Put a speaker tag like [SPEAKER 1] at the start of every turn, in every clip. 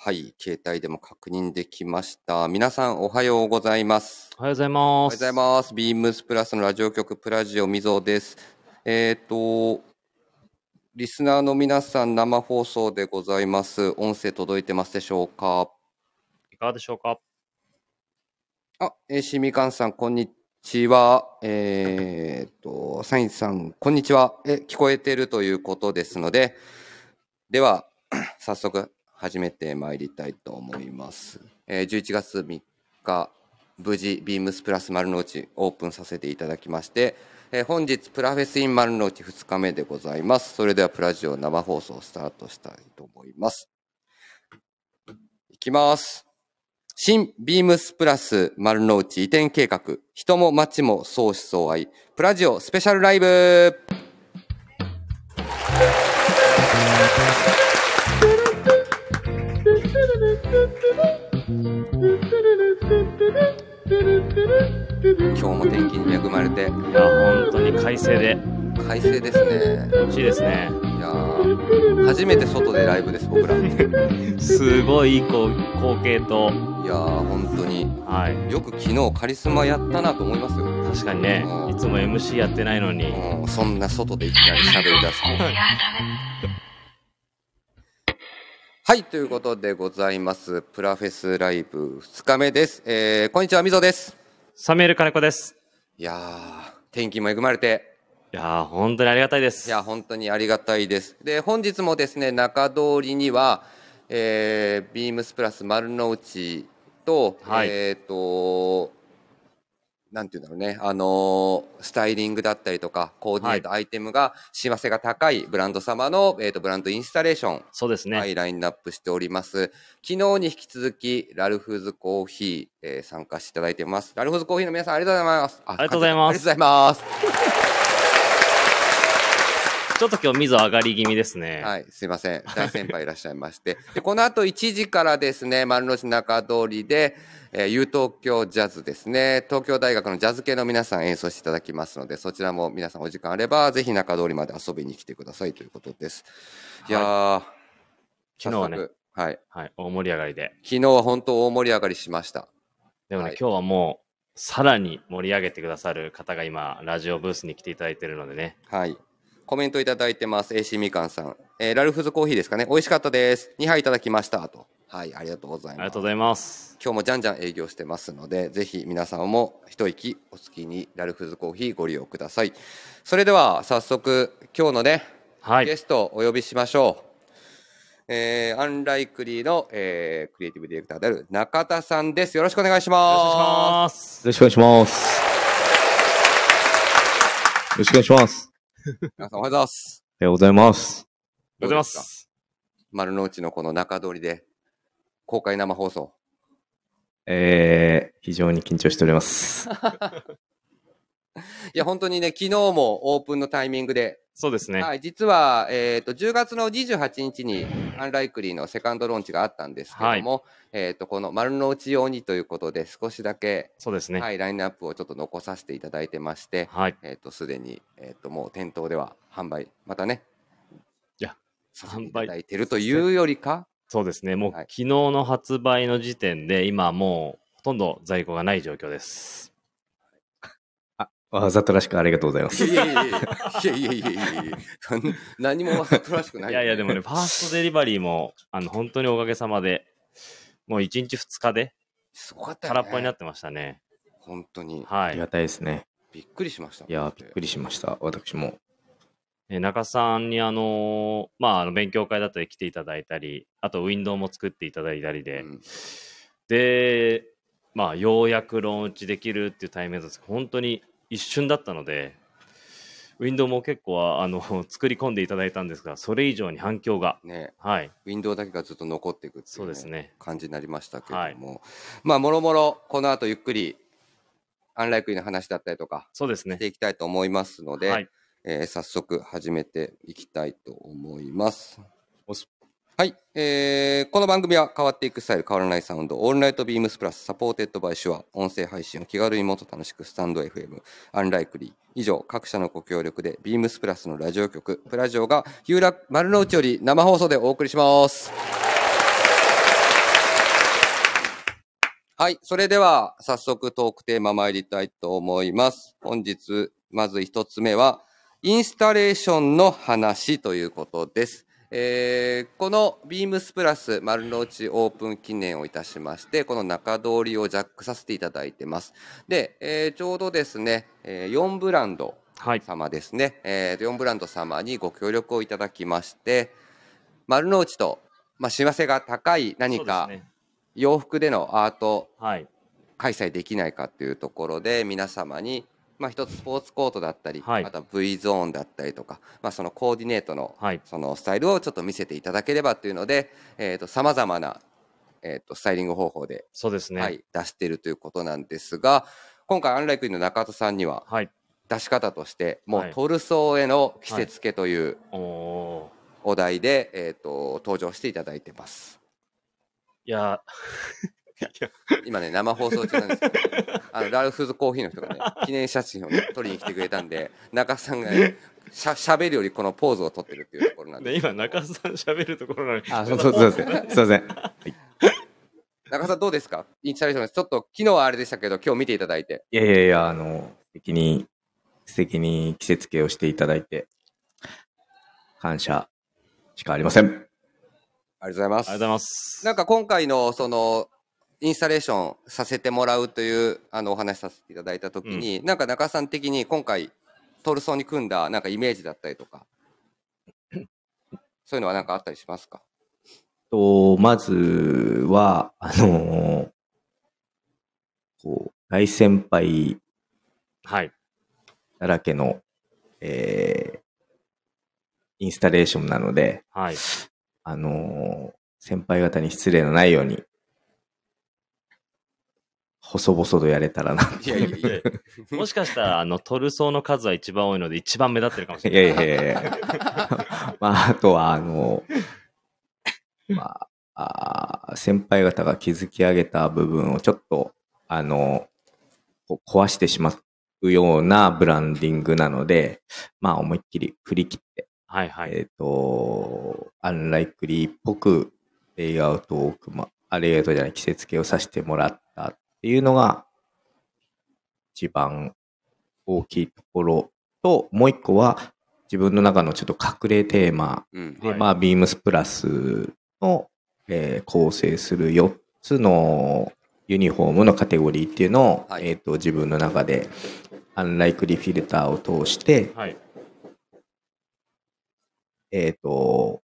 [SPEAKER 1] はい、携帯でも確認できました。皆さんおはようございます。
[SPEAKER 2] おはようござい
[SPEAKER 1] お
[SPEAKER 2] ま
[SPEAKER 1] はようござい
[SPEAKER 2] す。
[SPEAKER 1] ます。ビームスプラスのラジオ局プラジオみぞです。えっ、と、リスナーの皆さん生放送でございます。音声届いてますでしょうか
[SPEAKER 2] いかがでしょうか
[SPEAKER 1] あ、えー、しみかんさん、こんにちは。えーっと、サインさん、こんにちは。え、聞こえてるということですので、では、 早速、始めてまいりたいと思います。えー、11月3日、無事、ビームスプラス丸の内オープンさせていただきまして、えー本日、プラフェスイン丸の内2日目でございます。それでは、プラジオ生放送スタートしたいと思います。いきます。新ビームスプラス丸の内移転計画、人も街も相思相愛、プラジオスペシャルライブ今日も天気に恵まれて
[SPEAKER 2] いや、本当に快晴で
[SPEAKER 1] 快晴ですね。
[SPEAKER 2] 気持ちいいですね。
[SPEAKER 1] いやー初めて外でライブです、 僕ら。いや
[SPEAKER 2] すごいいい光光景と、
[SPEAKER 1] ー、本当に。
[SPEAKER 2] はい。
[SPEAKER 1] よく昨日カリスマやったなと思いますよ。
[SPEAKER 2] 確かにね
[SPEAKER 1] う、ん
[SPEAKER 2] いつも MC やってないのに、
[SPEAKER 1] うん、そんな外でいきなり喋り出して。 はい、ということでございます。プラフェスライブ2日目です。えー、こんにちは、みぞです。
[SPEAKER 2] サミュエル金子です。
[SPEAKER 1] いやー、天気も恵まれて、
[SPEAKER 2] いやー、本当にありがたいで
[SPEAKER 1] い
[SPEAKER 2] す。
[SPEAKER 1] や、本当にありがたいです。で、本日もですね、中通りには、えー、ビームスプラス丸の内と、
[SPEAKER 2] はい
[SPEAKER 1] えっ、と、なんていうんだろうね、あのースタイリングだったりとか、コーディネート、アイテムが、しわせが高いブランド様の、えっ、と、ブランドインスタレーション、
[SPEAKER 2] そうです
[SPEAKER 1] は
[SPEAKER 2] ね。
[SPEAKER 1] い、ラインナップしております。昨日に引き続き、ラルフズコーヒー、えー参加していただいてます。ラルフズコーヒーの皆さん、ありがとうございます。あ
[SPEAKER 2] ありがとうございます
[SPEAKER 1] ありがとうございます。
[SPEAKER 2] ちょっと今日水上がり気味ですね。
[SPEAKER 1] はい、すいません。大先輩いらっしゃいまして。 で、この後1時からですね、丸の内中通りで、えー、U 東京ジャズですね、東京大学のジャズ系の皆さん演奏していただきますので、そちらも皆さんお時間あれば、ぜひ中通りまで遊びに来てくださいということです。いやー、
[SPEAKER 2] 昨日はね
[SPEAKER 1] 早速はい。
[SPEAKER 2] はい、大盛り上がりで。
[SPEAKER 1] 昨日は本当大盛り上がりしました。
[SPEAKER 2] でもね、
[SPEAKER 1] はい
[SPEAKER 2] 今日はもう、さらに盛り上げてくださる方が今、ラジオブースに来ていただいてるのでね。
[SPEAKER 1] はい。コメントいただいてます。AC みかんさん。えーラルフズコーヒーですかね。美味しかったです。2杯いただきました。と。はい、ありがとうござい
[SPEAKER 2] あり
[SPEAKER 1] ま
[SPEAKER 2] が
[SPEAKER 1] す
[SPEAKER 2] とう。ございます。
[SPEAKER 1] 今日もじゃんじゃん営業してますので、ぜひ皆さんも一息お好きにラルフズコーヒーご利用ください。それでは早速今日のね、
[SPEAKER 2] は
[SPEAKER 1] ゲ
[SPEAKER 2] い。
[SPEAKER 1] ストをお呼びしましょう。えーアンライクリーの、えークリエイティブディレクターである中田さんです。よろしくお願いし
[SPEAKER 2] お願いし
[SPEAKER 1] ま
[SPEAKER 2] ます。
[SPEAKER 3] よろしくお願いします。よろしくお願いします。
[SPEAKER 1] す。皆さんおはようございます。
[SPEAKER 3] おはようございます。
[SPEAKER 2] おはようございます。
[SPEAKER 1] 丸の内のこの中通りで公開生放送。
[SPEAKER 3] えー、非常に緊張しております。
[SPEAKER 1] いや、本当にね、昨日もオープンのタイミングで
[SPEAKER 2] そうですね。
[SPEAKER 1] はい、実は、えー、と10月の28日にアンライクリーのセカンドローンチがあったんですけども、えー、とこの丸の内用にということで少しだけ、
[SPEAKER 2] そうですね。
[SPEAKER 1] はい、ラインナップをちょっと残させていただいてまして
[SPEAKER 2] はい。
[SPEAKER 1] えーとすで、に、えー、ともう店頭では販売またね
[SPEAKER 2] いや
[SPEAKER 1] させていただいてるというよりか
[SPEAKER 2] そうですね。もう、
[SPEAKER 1] はい
[SPEAKER 2] 昨日の発売の時点で、今もうほとんど在庫がない状況です。
[SPEAKER 3] わざとらしくありがとうございま
[SPEAKER 1] い
[SPEAKER 3] す。
[SPEAKER 1] やいやいやいやいやいやいやいやそん何もわざとらしくない
[SPEAKER 2] いやいや、でもね、ファーストデリバリーも、あの、本当におかげさまで、もう1日2日です
[SPEAKER 1] ごかったよ
[SPEAKER 2] 空
[SPEAKER 1] ね
[SPEAKER 2] っぽになってましたね。
[SPEAKER 1] 本当に
[SPEAKER 3] あ
[SPEAKER 2] は
[SPEAKER 3] り
[SPEAKER 2] い
[SPEAKER 3] が。たいですね。
[SPEAKER 1] びっくりしました
[SPEAKER 3] いやー、びっくりしました。私も。
[SPEAKER 2] え中さんに、あのーまあ、あの勉強会だったり来ていただいたり、あと、ウィンドウも作っていただいたりで、
[SPEAKER 1] うん
[SPEAKER 2] で、まあ、ようやくローンチできるっていうタイミングです本当に一瞬だったので、ウィンドウも結構あ の作り込んでいただいたんですが、それ以上に反響が、
[SPEAKER 1] ね
[SPEAKER 2] はい、
[SPEAKER 1] ウィンドウだけがずっと残っていくっていう、
[SPEAKER 2] そうですね。
[SPEAKER 1] 感じになりましたけ
[SPEAKER 2] は
[SPEAKER 1] れ
[SPEAKER 2] い
[SPEAKER 1] ども、まあもろもろこの後ゆっくりアンライクリーの話だったりとか
[SPEAKER 2] そうです
[SPEAKER 1] して
[SPEAKER 2] ね。
[SPEAKER 1] いきたいと思いますので、
[SPEAKER 2] はい、
[SPEAKER 1] えー早速始めていきたいと思います
[SPEAKER 3] おす。
[SPEAKER 1] はい、えーこの番組は変わっていくスタイル変わらないサウンドオールナイトビームスプラスサポーテッドバイシュア音声配信を気軽にもっと楽しくスタンド FM アンライクリー以上各社のご協力でビームスプラスのラジオ局プラジオが有楽丸の内より生放送でお送りしますはい。それでは、早速トークテーマ参りたいと思います。本日、まず一つ目は、インスタレーションの話ということです。えーこのビームスプラス丸の内オープン記念をいたしまして、この中通りをジャックさせていただいてます。で、えーちょうどですね、え4ブランド
[SPEAKER 2] はい。
[SPEAKER 1] 様ですね、えー、4ブランド様にご協力をいただきまして、丸の内と、まあ、幸せが高い何か
[SPEAKER 2] そうですね
[SPEAKER 1] 洋服でのアート
[SPEAKER 2] はい。
[SPEAKER 1] 開催できないかというところで皆様に、まあ、一つスポーツコートだったり、
[SPEAKER 2] はい
[SPEAKER 1] あとは V ゾーンだったりとか、まあ、そのコーディネートの
[SPEAKER 2] はい。
[SPEAKER 1] そのスタイルをちょっと見せていただければというのでさまざまな、えー、とスタイリング方法で、
[SPEAKER 2] そうですね。
[SPEAKER 1] は。い、出しているということなんですが今回アンライクインの中田さんには
[SPEAKER 2] はい。
[SPEAKER 1] 出し方としても
[SPEAKER 2] は
[SPEAKER 1] う
[SPEAKER 2] い
[SPEAKER 1] トルソーへの着せ付けという
[SPEAKER 2] おおー。
[SPEAKER 1] お題で、えー、と登場していただいてます。
[SPEAKER 2] いや、
[SPEAKER 1] 今ね生放送中なんですけどあのラルフズコーヒーの人がね記念写真を、ね、撮りに来てくれたんで中田さんが、ね、しゃしゃべるよりこのポーズを撮ってるっていうところなんで
[SPEAKER 2] ね、今、中津さん喋るところなのに。
[SPEAKER 1] あ
[SPEAKER 3] すいません。すいません。すいません。
[SPEAKER 1] 中田さんどうですかインスタレーションですちょっと昨日はあれでしたけど今日見ていただいて
[SPEAKER 3] いやいやいや、あの、素敵に、素敵に季節系をしていただいて、感謝しかありません。
[SPEAKER 1] ありがとうございます
[SPEAKER 2] ありがとうございます。
[SPEAKER 1] なんか今回のそのインスタレーションさせてもらうというあのお話しさせていただいた時に、なんか中田さん的に今回トルソーに組んだなんかイメージだったりと かそういうのはなんかあったりしますか
[SPEAKER 3] と、まずは、あのーこう、大先輩
[SPEAKER 2] はい。
[SPEAKER 3] だらけの、えーインスタレーションなので、
[SPEAKER 2] はい。
[SPEAKER 3] あのー先輩方に失礼のないように、細々とやれたらな。
[SPEAKER 1] いやいやいや
[SPEAKER 2] で もしかしたら、あの、トルソーの数は一番多いので、一番目立ってるかもしれ
[SPEAKER 3] い
[SPEAKER 2] ない。
[SPEAKER 3] やいやいやいや。 まあ、あとは、あの、まあ、あー先輩方が築き上げた部分をちょっと、あの、こ壊してしまうようなブランディングなので、まあ、思いっきり振り切って、
[SPEAKER 2] はいはい。
[SPEAKER 3] えっ、と、アンライクリーっぽく、レイアウトを組ま、あ、レイアウトじゃない、季節系をさせてもらったっていうのが、一番大きいところと、もう一個は、自分の中のちょっと隠れテーマ
[SPEAKER 1] うん
[SPEAKER 3] で、
[SPEAKER 2] はい
[SPEAKER 3] まあ、ビームスプラスの、えー構成する4つのユニフォームのカテゴリーっていうのを、
[SPEAKER 1] はい
[SPEAKER 3] えっ、と、自分の中で、アンライクリーフィルターを通して、
[SPEAKER 2] はい。
[SPEAKER 3] えっ、と、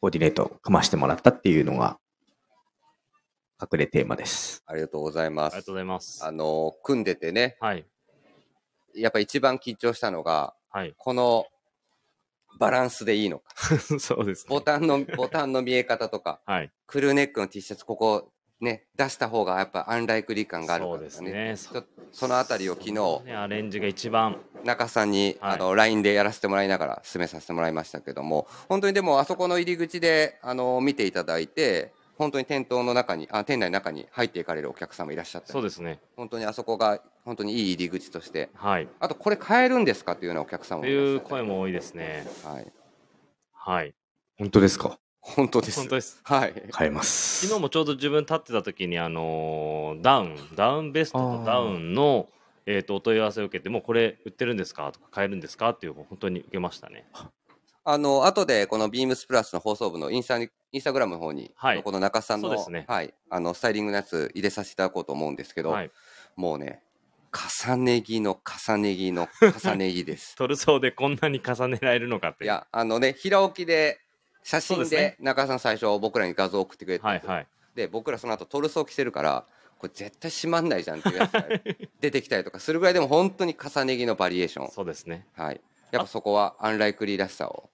[SPEAKER 3] コーディネートを組ましてもらったっていうのが、隠れテーマです。
[SPEAKER 1] ありがとうござい
[SPEAKER 2] あ
[SPEAKER 1] ま
[SPEAKER 2] りが
[SPEAKER 1] す
[SPEAKER 2] とうございます
[SPEAKER 1] あ。の組んでてね
[SPEAKER 2] はい。
[SPEAKER 1] やっぱ一番緊張したのが
[SPEAKER 2] はい。
[SPEAKER 1] このバランスでいいのか
[SPEAKER 2] そうです、
[SPEAKER 1] ボ
[SPEAKER 2] ね。
[SPEAKER 1] タンのボタンの見え方とか
[SPEAKER 2] はい。
[SPEAKER 1] クルーネックの T シャツここね出した方がやっぱアンライクリー感があるか
[SPEAKER 2] そ
[SPEAKER 1] ら
[SPEAKER 2] うですね。そ
[SPEAKER 1] ちょそのあたりを昨日
[SPEAKER 2] そうね、アレンジが一番。
[SPEAKER 1] 中さんに、
[SPEAKER 2] はい
[SPEAKER 1] あの LINE でやらせてもらいながら進めさせてもらいましたけども本当にでもあそこの入り口であの見ていただいて本当に店頭の中にあ店内の中に入っていかれるお客様いらっしゃって
[SPEAKER 2] そうですね。
[SPEAKER 1] 本当にあそこが本当にいい入り口として
[SPEAKER 2] はい。
[SPEAKER 1] あとこれ買えるんですかというようなお客様も
[SPEAKER 2] と
[SPEAKER 1] いらっ
[SPEAKER 2] いう
[SPEAKER 1] しゃ
[SPEAKER 2] 声
[SPEAKER 1] って
[SPEAKER 2] も多いですね。
[SPEAKER 1] はい、
[SPEAKER 2] はい。
[SPEAKER 3] 本当ですか
[SPEAKER 1] 本当です
[SPEAKER 2] 本当です。
[SPEAKER 1] はい
[SPEAKER 3] 買えます。
[SPEAKER 2] 昨日もちょうど自分立ってた時にあのーダウンダウンベスト
[SPEAKER 3] あ
[SPEAKER 2] と
[SPEAKER 3] ー
[SPEAKER 2] ダウンの、えー、とお問い合わせを受けてもうこれ売ってるんですかとか買えるんですかっていうのを本当に受けましたね
[SPEAKER 1] あの後でこのビームスプラスの放送部のインスタにインスタグラムの方に、
[SPEAKER 2] はい
[SPEAKER 1] この中さんの
[SPEAKER 2] そうですね
[SPEAKER 1] はい、あのスタイリングのやつ入れさせていただこうと思うんですけど、
[SPEAKER 2] はい
[SPEAKER 1] もうね、重ね着の重ね着の重ね着で す。
[SPEAKER 2] トルソーでこんなに重ねられるのかって
[SPEAKER 1] い
[SPEAKER 2] いう
[SPEAKER 1] や、あのね、平置きで、写
[SPEAKER 2] そうで
[SPEAKER 1] 真
[SPEAKER 2] すね
[SPEAKER 1] で中田さん最初僕らに画像を送ってくれて、
[SPEAKER 2] はいはい
[SPEAKER 1] で、僕らその後トルソー着てるから、これ絶対閉まんないじゃんっていうやつが出てきたりとかするぐらいでも本当に重ね着のバリエーション。
[SPEAKER 2] そうですね
[SPEAKER 1] はい。やっぱそこはアンライクリーらしさを。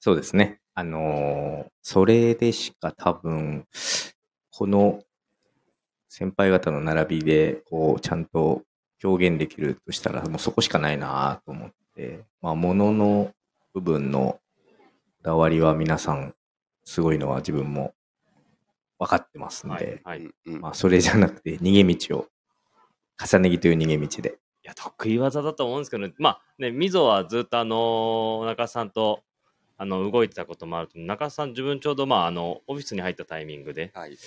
[SPEAKER 3] そうですね。あのーそれでしか多分、この先輩方の並びで、こう、ちゃんと表現できるとしたら、もうそこしかないなと思って、まあ、ものの部分のこだわりは皆さん、すごいのは自分も分かってますんで、
[SPEAKER 2] はい、はい、い
[SPEAKER 1] うんうん
[SPEAKER 3] まあ、それじゃなくて、逃げ道を、重ね着という逃げ道で。
[SPEAKER 2] や得意技だと思うんですけどねまあねみぞはずっとあのー中田さんとあの動いてたこともあると中田さん自分ちょうど、まあ、あのオフィスに入ったタイミングで、
[SPEAKER 1] はい。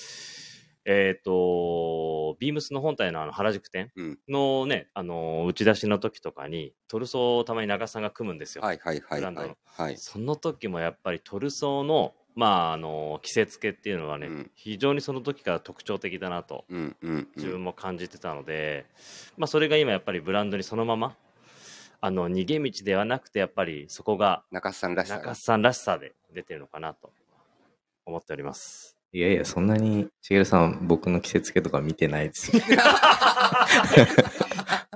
[SPEAKER 2] えっ、と、ビームスの本体のあの原宿店
[SPEAKER 1] うん
[SPEAKER 2] のね、あの、打ち出しの時とかに、トルソーをたまに中田さんが組むんですよ。
[SPEAKER 1] はいはいは
[SPEAKER 2] ブ
[SPEAKER 1] い
[SPEAKER 2] ランド
[SPEAKER 1] は
[SPEAKER 2] の
[SPEAKER 1] い。はい。
[SPEAKER 2] その時もやっぱりトルソーの、まあ、あの、着せ付けっていうのはね、
[SPEAKER 1] うん
[SPEAKER 2] 非常にその時から特徴的だなと、
[SPEAKER 1] うんうんう
[SPEAKER 2] 自
[SPEAKER 1] ん。
[SPEAKER 2] 分も感じてたので、まあ、それが今やっぱりブランドにそのまま、あの、逃げ道ではなくて、やっぱりそこが
[SPEAKER 1] 中須さんらしさ
[SPEAKER 2] 中
[SPEAKER 1] が
[SPEAKER 2] 田。さんらしさで出てるのかなと思っております。
[SPEAKER 3] いやいや、そんなに、しげるさん、僕の着せ付けとか見てない です。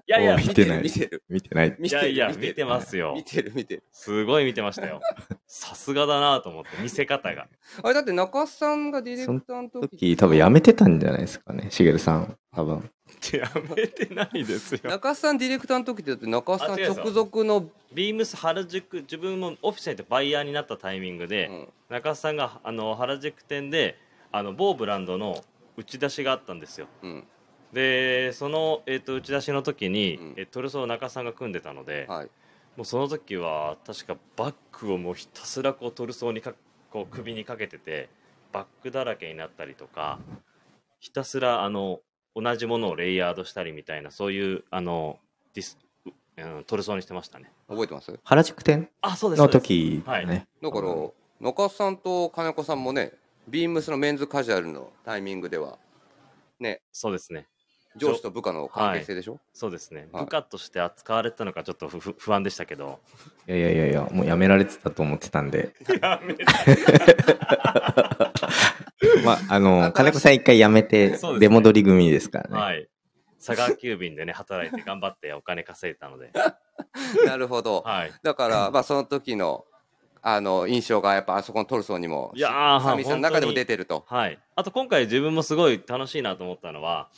[SPEAKER 2] いやいや
[SPEAKER 3] お、見てない
[SPEAKER 1] 見てる。
[SPEAKER 3] 見てない。
[SPEAKER 1] 見
[SPEAKER 2] い
[SPEAKER 1] て
[SPEAKER 2] や
[SPEAKER 1] る
[SPEAKER 2] いや、
[SPEAKER 1] 見てる
[SPEAKER 2] 見てますよ
[SPEAKER 1] 見。てる見てる。
[SPEAKER 2] すごい見てましたよ。さすがだなと思って、見せ方が。
[SPEAKER 1] あれだって中須さんがディレクターの時。
[SPEAKER 3] 時、多分やめてたんじゃないですかね、しげるさん。多分。
[SPEAKER 2] やめてないですよ。
[SPEAKER 1] 中須さんディレクターの時ってだって中須さ
[SPEAKER 2] あ
[SPEAKER 1] ん
[SPEAKER 2] 違う
[SPEAKER 1] 直属の、
[SPEAKER 2] ビームス原宿、自分もオフィスに行ってバイヤーになったタイミング
[SPEAKER 1] う
[SPEAKER 2] で、
[SPEAKER 1] ん、
[SPEAKER 2] 中須さんがあの原宿店で、あの某ブランドの打ち出しがあったんですよ。
[SPEAKER 1] うん、
[SPEAKER 2] で、その、えっと打ち出しの時に、
[SPEAKER 1] うん
[SPEAKER 2] えトルソーを中須さんが組んでたので、
[SPEAKER 1] はい。
[SPEAKER 2] もうその時は確かバッグをもうひたすらこうトルソーにかこう首にかけててバッグだらけになったりとかひたすらあの同じものをレイヤードしたりみたいなそういうあのディスうあのトルソーにしてましたね
[SPEAKER 1] 覚えてます
[SPEAKER 3] 原宿店
[SPEAKER 2] あそうです
[SPEAKER 3] の時、
[SPEAKER 2] そうですは
[SPEAKER 3] ね。
[SPEAKER 1] だから、中須さんと金子さんもね、ビームスのメンズカジュアルのタイミングでは、ね、
[SPEAKER 2] そうですね
[SPEAKER 1] 上司と部下の関係性でしょ、
[SPEAKER 2] そうですね、
[SPEAKER 1] はい
[SPEAKER 2] 部下として扱われてたのかちょっとふふ不安でした けど
[SPEAKER 3] いやいやいやいや、もうやめられてたと思ってた んで。
[SPEAKER 2] やめて
[SPEAKER 1] 新し
[SPEAKER 3] まあ、あの、
[SPEAKER 1] い
[SPEAKER 3] 金子さん一回辞めて
[SPEAKER 2] そうですね、
[SPEAKER 3] 出戻り組ですからね。
[SPEAKER 2] はい佐川急便でね働いて頑張ってお金稼いだので
[SPEAKER 1] なるほど。
[SPEAKER 2] はい
[SPEAKER 1] だから、まあ、その時の、あの、印象が、やっぱ、あそこのトルソーにも、
[SPEAKER 2] いやー
[SPEAKER 1] サミさんの中でも
[SPEAKER 2] 本当に
[SPEAKER 1] 出てると。
[SPEAKER 2] はい、あと今回自分もすごい楽しいなと思ったのは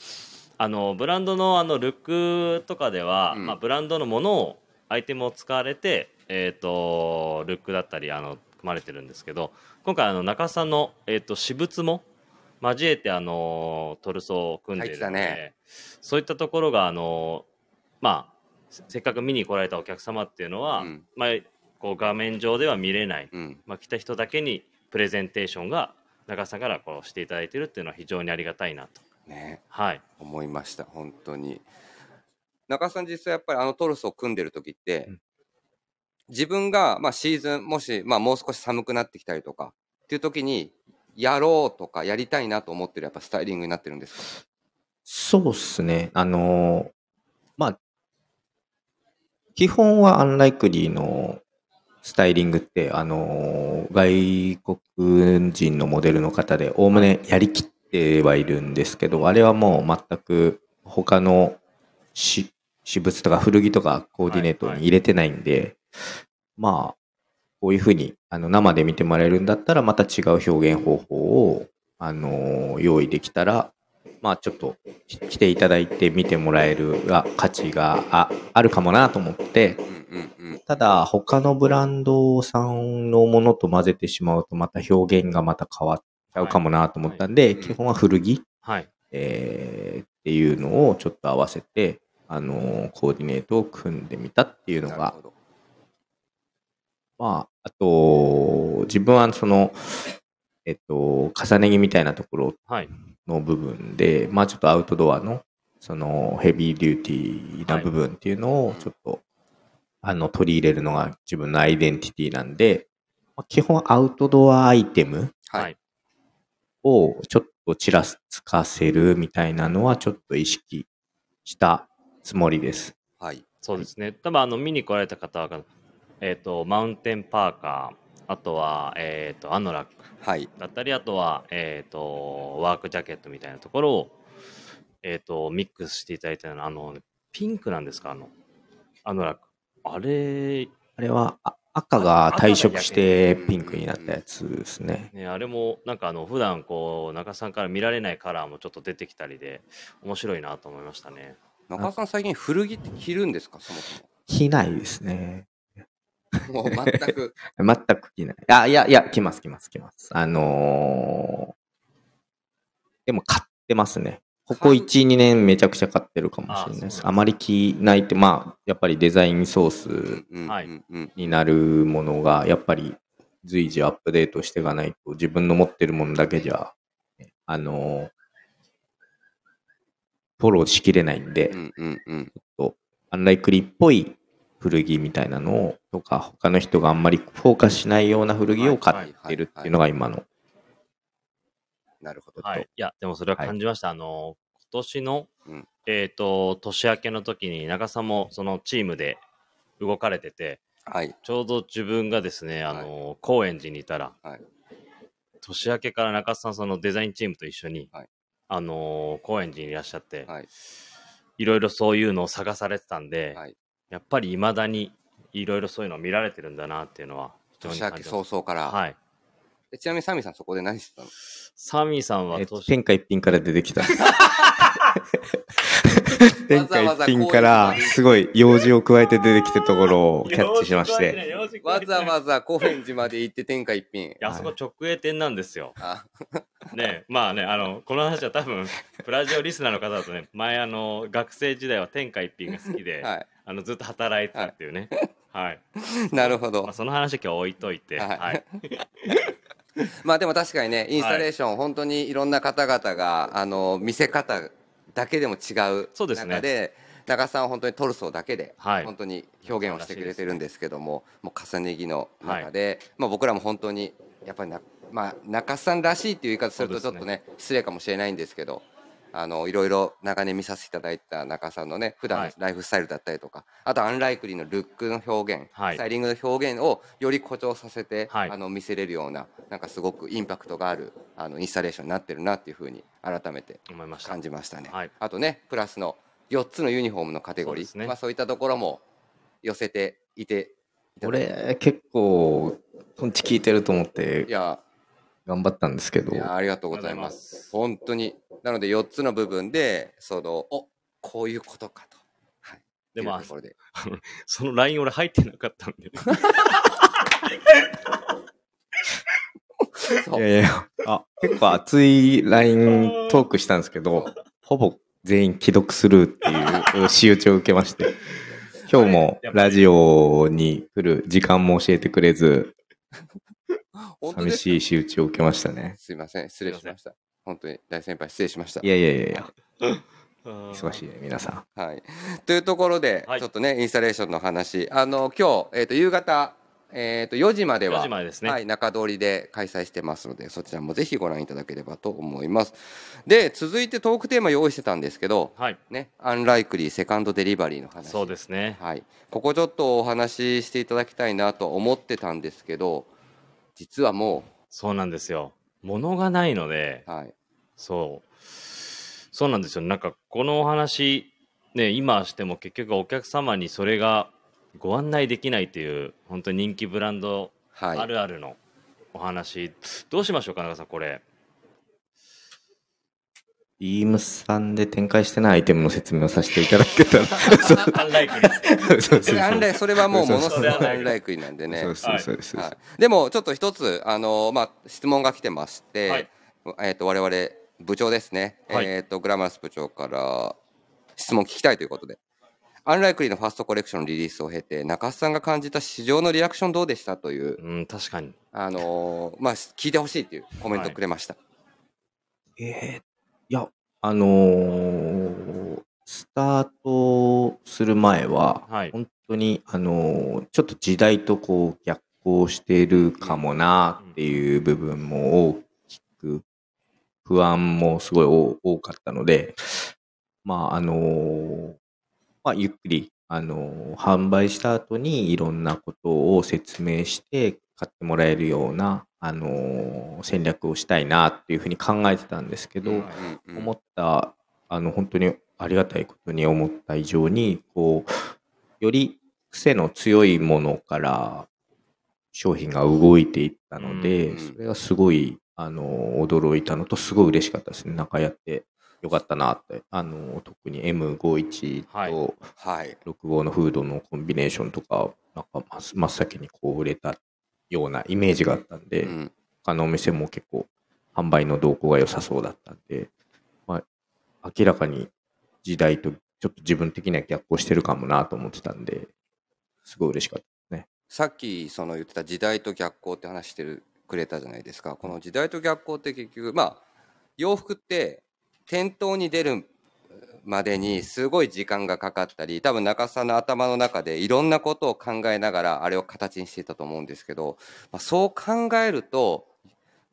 [SPEAKER 2] あのブランドのあのルックとかでは、
[SPEAKER 1] うん
[SPEAKER 2] まあ、ブランドのものをアイテムを使われて、えー、とルックだったりあの組まれてるんですけど今回あの中田さんの、えー、と私物も交えてあのトルソーを組んでいるので、
[SPEAKER 1] 入ってたね
[SPEAKER 2] そういったところがあの、まあ、せせっかく見に来られたお客様っていうのは、
[SPEAKER 1] うん
[SPEAKER 2] まあ、こう画面上では見れない
[SPEAKER 1] うん。
[SPEAKER 2] まあ、来た人だけにプレゼンテーションが長さからこうしていただいてるっていうのは非常にありがたいなと。
[SPEAKER 1] ね、
[SPEAKER 2] はい。
[SPEAKER 1] 思いました、本当に。中田さん、実際、やっぱり、あのトルソー組んでる時って、
[SPEAKER 3] うん
[SPEAKER 1] 自分が、まあ、シーズン、もし、まあ、もう少し寒くなってきたりとか、っていう時に、やろうとか、やりたいなと思ってる、やっぱ、スタイリングになってるんですか
[SPEAKER 3] そうっすね。あのーまあ、基本はアンライクリーのスタイリングって、あのー外国人のモデルの方で、おおむねやりきってはいるんですけど、あれはもう全く他のし私物とか古着とかコーディネートに入れてないんで、まあ、こういうふうにあの生で見てもらえるんだったら、また違う表現方法を、あのー用意できたら、まあちょっとき来ていただいて見てもらえるが価値がああるかもなと思って
[SPEAKER 1] う、んうんうん。
[SPEAKER 3] ただ他のブランドさんのものと混ぜてしまうとまた表現がまた変わっちゃうかもなと思ったんで、
[SPEAKER 1] い
[SPEAKER 3] 基本は古着、
[SPEAKER 2] はい。
[SPEAKER 3] えーっていうのをちょっと合わせて、あのーコーディネートを組んでみたっていうの
[SPEAKER 1] なる
[SPEAKER 3] が
[SPEAKER 1] ほど。
[SPEAKER 3] まあ、あと、自分はその、えっと、重ね着みたいなところ
[SPEAKER 2] はい。
[SPEAKER 3] の部分で、まあちょっとアウトドアの、そのヘビーデューティーな部分っていうのを
[SPEAKER 1] い
[SPEAKER 3] ちょっと、あの、取り入れるのが自分のアイデンティティなんで、まあ基本アウトドアアイテム
[SPEAKER 1] はい。
[SPEAKER 3] をちょっとちらつかせるみたいなのはちょっと意識したつもりです。
[SPEAKER 1] はい。
[SPEAKER 2] そうですね。多分あの見に来られた方は、えっ、と、マウンテンパーカー、あとは、えっ、と、アノラック
[SPEAKER 1] はい。
[SPEAKER 2] だったり、あとは、えっ、と、ワークジャケットみたいなところを、えっ、と、ミックスしていただいたのはあの、ピンクなんですかあの、アノラック。あれ、
[SPEAKER 3] あれはあ赤が退色してピンクになったやつですね。
[SPEAKER 2] ね、あれもなんかあの普段こう中田さんから見られないカラーもちょっと出てきたりで面白いなと思いましたね。
[SPEAKER 1] 中田さん、最近古着って着るんですか、そも
[SPEAKER 3] 着ないですね。
[SPEAKER 1] そも。もう全 く。
[SPEAKER 3] 全く着ない。あ、いや、いや、着ます、着ます、着ます。あのーでも買ってますね。ここ
[SPEAKER 1] 買う
[SPEAKER 3] 1、2年めちゃくちゃ買ってるかもしれないで
[SPEAKER 2] あそうなん
[SPEAKER 3] す。
[SPEAKER 2] だ
[SPEAKER 3] あまり着ないって、まあ、やっぱりデザインソー
[SPEAKER 1] う
[SPEAKER 3] ス
[SPEAKER 1] んうんうんうん
[SPEAKER 2] はい
[SPEAKER 1] うん
[SPEAKER 3] になるものが、やっぱり随時アップデートしていかないと、自分の持ってるものだけじゃ、あの、フォローしきれないんで、
[SPEAKER 1] うんうんうん。
[SPEAKER 3] アンライクリっぽい古着みたいなのを、とか、他の人があんまりフォーカスしないような古着を買ってるっていうのが今の。
[SPEAKER 1] なるほど。
[SPEAKER 2] はい、いや、でもそれは感じました。あの、今年の、
[SPEAKER 1] うん
[SPEAKER 2] えっ、と、年明けの時に、長さんもそのチームで動かれてて、
[SPEAKER 1] はい。
[SPEAKER 2] ちょうど自分がですね、あの、高円寺にいたら、
[SPEAKER 1] はい
[SPEAKER 2] 年明けから中津さん、そのデザインチームと一緒に、
[SPEAKER 1] はい
[SPEAKER 2] あの、高円寺にいらっしゃって、
[SPEAKER 1] はい。
[SPEAKER 2] いろいろそういうのを探されてたんで、
[SPEAKER 1] はい
[SPEAKER 2] やっぱり未だにいろいろそういうのを見られてるんだなっていうのは非常に
[SPEAKER 1] 年明
[SPEAKER 2] 感じま
[SPEAKER 1] け
[SPEAKER 2] す
[SPEAKER 1] 早々から。
[SPEAKER 2] はい。
[SPEAKER 1] えちなみにサミさんそこで何してた の
[SPEAKER 2] サミーさんは
[SPEAKER 3] えっと
[SPEAKER 2] 年、
[SPEAKER 3] 天下一品から出てきた。天
[SPEAKER 1] わざ
[SPEAKER 3] 下
[SPEAKER 1] わざこう
[SPEAKER 3] 一
[SPEAKER 1] いう
[SPEAKER 3] 品から、すごい用事を加えて出てきたところをキャッチしまして。
[SPEAKER 2] よし。
[SPEAKER 1] わざ
[SPEAKER 2] い
[SPEAKER 1] わざ高円寺まで行って天下一品。
[SPEAKER 2] や、あそこ直営店なんですよ。
[SPEAKER 1] あ、
[SPEAKER 2] ね、まあね、あの、この話は多分、プラジオリスナーの方だとね、前、あの、学生時代は天下一品が好きで、
[SPEAKER 1] は
[SPEAKER 2] あの、ずっと働いてたっていうね。はい。
[SPEAKER 1] い。なるほ
[SPEAKER 2] ま
[SPEAKER 1] ど
[SPEAKER 2] あ、。その話は今日置いといて、
[SPEAKER 1] はい
[SPEAKER 2] はい。
[SPEAKER 1] まあでも確かにね、インスタレーション、本当にいろんな方々が、あの、見せ方だけでも違う
[SPEAKER 2] そうですね
[SPEAKER 1] 中で、長さんは本当にトルソーだけで、
[SPEAKER 2] はい
[SPEAKER 1] 本当に表現をしてくれてるんですけども、もう重ね着の中で、まあ僕らも本当に、やっぱりな、まあ中須さんらしいっていう言い方するとち
[SPEAKER 2] そ
[SPEAKER 1] ょ
[SPEAKER 2] う
[SPEAKER 1] っ
[SPEAKER 2] ですね
[SPEAKER 1] とね、失礼かもしれないんですけど、あの、いろいろ長年見させていただいた中須さんのね、普段
[SPEAKER 2] は
[SPEAKER 1] の
[SPEAKER 2] い
[SPEAKER 1] ライフスタイルだったりとか、あとアンライクリーのルックの表現、
[SPEAKER 2] はい
[SPEAKER 1] スタイリングの表現をより誇張させて、
[SPEAKER 2] はい
[SPEAKER 1] あの見せれるようななんかすごくインパクトがあるあのインスタレーションになってるなっていうふうに改めて
[SPEAKER 2] 思いました。
[SPEAKER 1] 感じましたね。
[SPEAKER 2] はい
[SPEAKER 1] あとねプラスの4つのユニフォームのカテゴリー
[SPEAKER 2] そうですね
[SPEAKER 1] まあ、そういったところも寄せていていただいて
[SPEAKER 3] 俺、結構、トンチ聞いてると思っ
[SPEAKER 1] い
[SPEAKER 3] て、
[SPEAKER 1] や
[SPEAKER 3] 頑張ったんですけど
[SPEAKER 1] い、やありがとうございます。本当になので4つの部分でそのおこういうことかと。はい
[SPEAKER 2] でも
[SPEAKER 1] っていうところで
[SPEAKER 2] その LINE 俺入ってなかったん で。
[SPEAKER 1] そう
[SPEAKER 3] いやいや、あ、結構熱い LINE トークしたんですけど、ほぼ全員既読スルーっていう仕打ちを受けまして、今日もラジオに来る時間も教えてくれず、
[SPEAKER 1] 本当で
[SPEAKER 3] 寂
[SPEAKER 1] す
[SPEAKER 3] しい仕打ちを受けましたね。
[SPEAKER 1] すいません失礼しました。本当に大先輩失礼しました
[SPEAKER 3] い。やいやいやいや、忙
[SPEAKER 2] 忙
[SPEAKER 3] しいね、皆さん。
[SPEAKER 1] はい、というところで、
[SPEAKER 2] はい
[SPEAKER 1] ちょっとねインスタレーションの話あの今日、えー、と夕方、えー、と4時までは
[SPEAKER 2] 4時までですね
[SPEAKER 1] はい、中通りで開催してますのでそちらもぜひご覧いただければと思いますで続いてトークテーマ用意してたんですけど、
[SPEAKER 2] はい。
[SPEAKER 1] ね、アンライクリーセカンドデリバリーの話
[SPEAKER 2] そうですね。
[SPEAKER 1] はい、ここちょっとお話ししていただきたいなと思ってたんですけど実はも
[SPEAKER 2] そうなんですよ。物がないので
[SPEAKER 1] う、、はい、
[SPEAKER 2] そう。そうなんですよ。なんか、このお話、ね、今しても結局お客様にそれがご案内できないっていう、本当に人気ブランド
[SPEAKER 1] はい、
[SPEAKER 2] あるあるのお話、どうしましょうか、中さん、これ。
[SPEAKER 3] ビームスさんで展開してないアイテムの説明をさせていただ けたら。そう
[SPEAKER 2] アンライクリー
[SPEAKER 3] そうそう
[SPEAKER 1] そ
[SPEAKER 3] そう
[SPEAKER 1] れアンライそれはもうものす
[SPEAKER 2] そう
[SPEAKER 1] ご
[SPEAKER 2] そうそう
[SPEAKER 1] くアンライクリーなんでね
[SPEAKER 3] そうそうそうそう
[SPEAKER 1] はい、でもちょっと一つ、あのまあ、質問が来てまして、
[SPEAKER 2] はい
[SPEAKER 1] えー、と我々部長ですね、
[SPEAKER 2] はい
[SPEAKER 1] えー、とグラマラス部長から質問聞きたいということでアンライクリーのファーストコレクションのリリースを経て中須さんが感じた市場のリアクションどうでしたという、
[SPEAKER 2] うん、確かに。
[SPEAKER 1] あのまあ、聞いてほしいというコメントをくれました、
[SPEAKER 3] えーいや、あのースタートする前は、
[SPEAKER 2] はい
[SPEAKER 3] 本当に、あのーちょっと時代とこう逆行してるかもなっていう部分も大きく、不安もすごい多多かったので、まあ、あのーまあ、ゆっくり、あのー販売した後にいろんなことを説明して買ってもらえるような、あのー戦略をしたいなっていうふうに考えてたんですけど、
[SPEAKER 1] うんうんうん
[SPEAKER 3] 思った、あの、本当にありがたいことに思った以上に、こう、より癖の強いものから商品が動いていったの
[SPEAKER 1] うんうん
[SPEAKER 3] で、それがすごい、あの、驚いたのと、すごい嬉しかったですね。なんかやってよかったなって。あの、特に M51
[SPEAKER 2] はい
[SPEAKER 3] と
[SPEAKER 1] はい
[SPEAKER 3] 65のフードのコンビネーションとか、なんか真っ真っ先にこう売れたようなイメージがあったんで、
[SPEAKER 1] うん
[SPEAKER 3] 他のお店も結構販売の動向が良さそうだったんで、まあ、明らかに時代とちょっと自分的には逆行してるかもなと思ってたんで、すごい嬉しかった。
[SPEAKER 1] さっきその言ってた時代と逆行って話してるくれたじゃないですかこの時代と逆行って結局まあ洋服って店頭に出るまでにすごい時間がかかったり多分中田さんの頭の中でいろんなことを考えながらあれを形にしてたと思うんですけど、まあ、そう考えると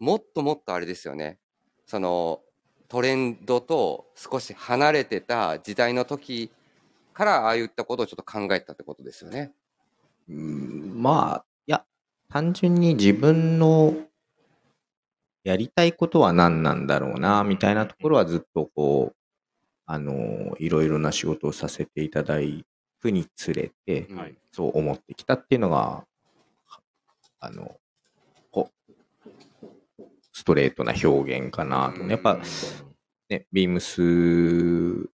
[SPEAKER 1] もっともっとあれですよねそのトレンドと少し離れてた時代の時からああいったことをちょっと考えたってことですよね。
[SPEAKER 3] うんまあ、いや、単純に自分のやりたいことは何なんだろうな、みたいなところはずっとこう、あの、いろいろな仕事をさせていただくにつれて、
[SPEAKER 1] うん
[SPEAKER 2] はい
[SPEAKER 3] そう思ってきたっていうのが、あの、こストレートな表現かなと。やっぱ、ね、ビームス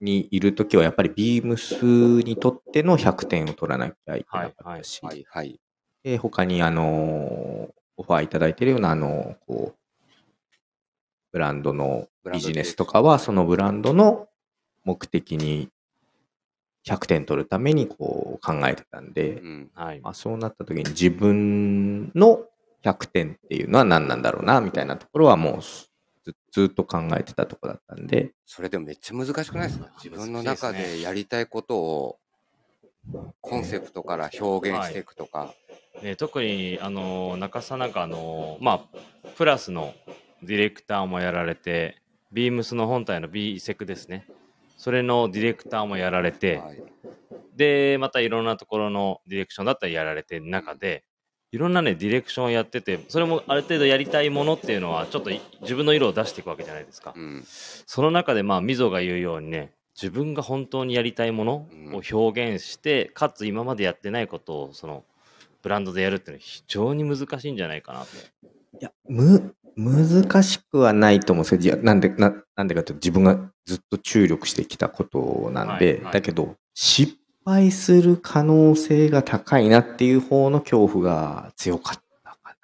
[SPEAKER 3] にいるときは、やっぱりビームスにとっての100点を取らなきゃいけなかったし、
[SPEAKER 1] はいはい。
[SPEAKER 3] で他に、あの、オファーいただいてるような、あの、こう、ブランドのビジネスとかは、そのブランドの目的に100点取るために、こう、考えてたんで、
[SPEAKER 1] うん
[SPEAKER 2] はい
[SPEAKER 3] まあ、そうなった時に自分の100点っていうのは何なんだろうなみたいなところはもうすずずっと考えてたとこだったんで
[SPEAKER 1] それでもめっちゃ難しくないですか自分の
[SPEAKER 2] 難しいです
[SPEAKER 1] 中
[SPEAKER 2] ね
[SPEAKER 1] でやりたいことをコンセプトから表現していくとか。
[SPEAKER 2] ね、特にあの中澤なんかあの、まあ、プラスのディレクターもやられてビームスの本体の B セクですねそれのディレクターもやられて、
[SPEAKER 1] はい
[SPEAKER 2] でまたいろんなところのディレクションだったりやられてる中でいろんなねディレクションをやっててそれもある程度やりたいものっていうのはちょっとい自分の色を出していくわけじゃないですか、
[SPEAKER 1] うん
[SPEAKER 2] その中でまあみぞが言うようにね自分が本当にやりたいものを表現して、かつ今までやってないことをそのブランドでやるっていうのは非常に難しいんじゃないかなと。
[SPEAKER 3] いやむ難しくはないと思うんですけどいやなんでななんでかというと自分がずっと注力してきたことなんで、
[SPEAKER 2] はいはい
[SPEAKER 3] だけど失敗する可能性が高いなっていう方の恐怖が強かったか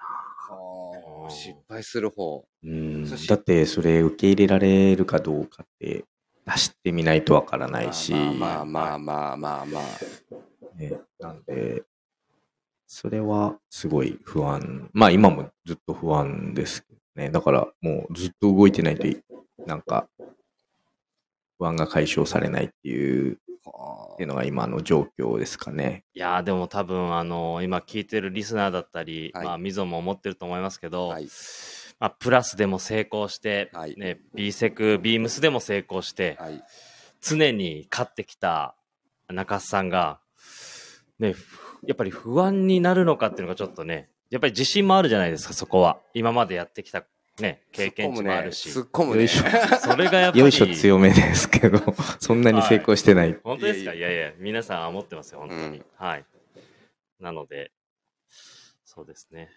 [SPEAKER 2] ー
[SPEAKER 1] 失敗する方。
[SPEAKER 3] なうん
[SPEAKER 1] そして
[SPEAKER 3] だってそれ受け入れられるかどうかって出してみないとわからないし
[SPEAKER 1] まあまあまあまあまあまあ。
[SPEAKER 3] ね、なんで、それはすごい不安。まあ今もずっと不安ですけどね。だからもうずっと動いてないとい、なんか、不安が解消されないっていう
[SPEAKER 1] は
[SPEAKER 3] ってい
[SPEAKER 1] ー
[SPEAKER 3] うのが今の状況ですかね。
[SPEAKER 2] いやーでも多分あの今聞いてるリスナーだったり、
[SPEAKER 1] はい
[SPEAKER 2] まあみぞも思ってると思いますけど、
[SPEAKER 1] はい
[SPEAKER 2] まあ、プラスでも成功して、
[SPEAKER 1] はい
[SPEAKER 2] ね、B セクビームスでも成功して、
[SPEAKER 1] はい。
[SPEAKER 2] 常に勝ってきた中洲さんが、ね、ふやっぱり不安になるのかっていうのがちょっとね、やっぱり自信もあるじゃないですか、そこは。今までやってきた、ね、経験値もあるし。
[SPEAKER 1] 突っ込む
[SPEAKER 3] よ
[SPEAKER 1] ね。
[SPEAKER 3] いしょ
[SPEAKER 1] 突っ込むね
[SPEAKER 2] それがやっぱり。
[SPEAKER 3] よいしょ強めですけど、 そんなに成功してない。
[SPEAKER 2] 本当ですか
[SPEAKER 1] い
[SPEAKER 2] い
[SPEAKER 1] や
[SPEAKER 2] や
[SPEAKER 1] い
[SPEAKER 2] いや、皆さん思ってますよ、本当に。
[SPEAKER 1] うん
[SPEAKER 2] はい。なので、そうですね。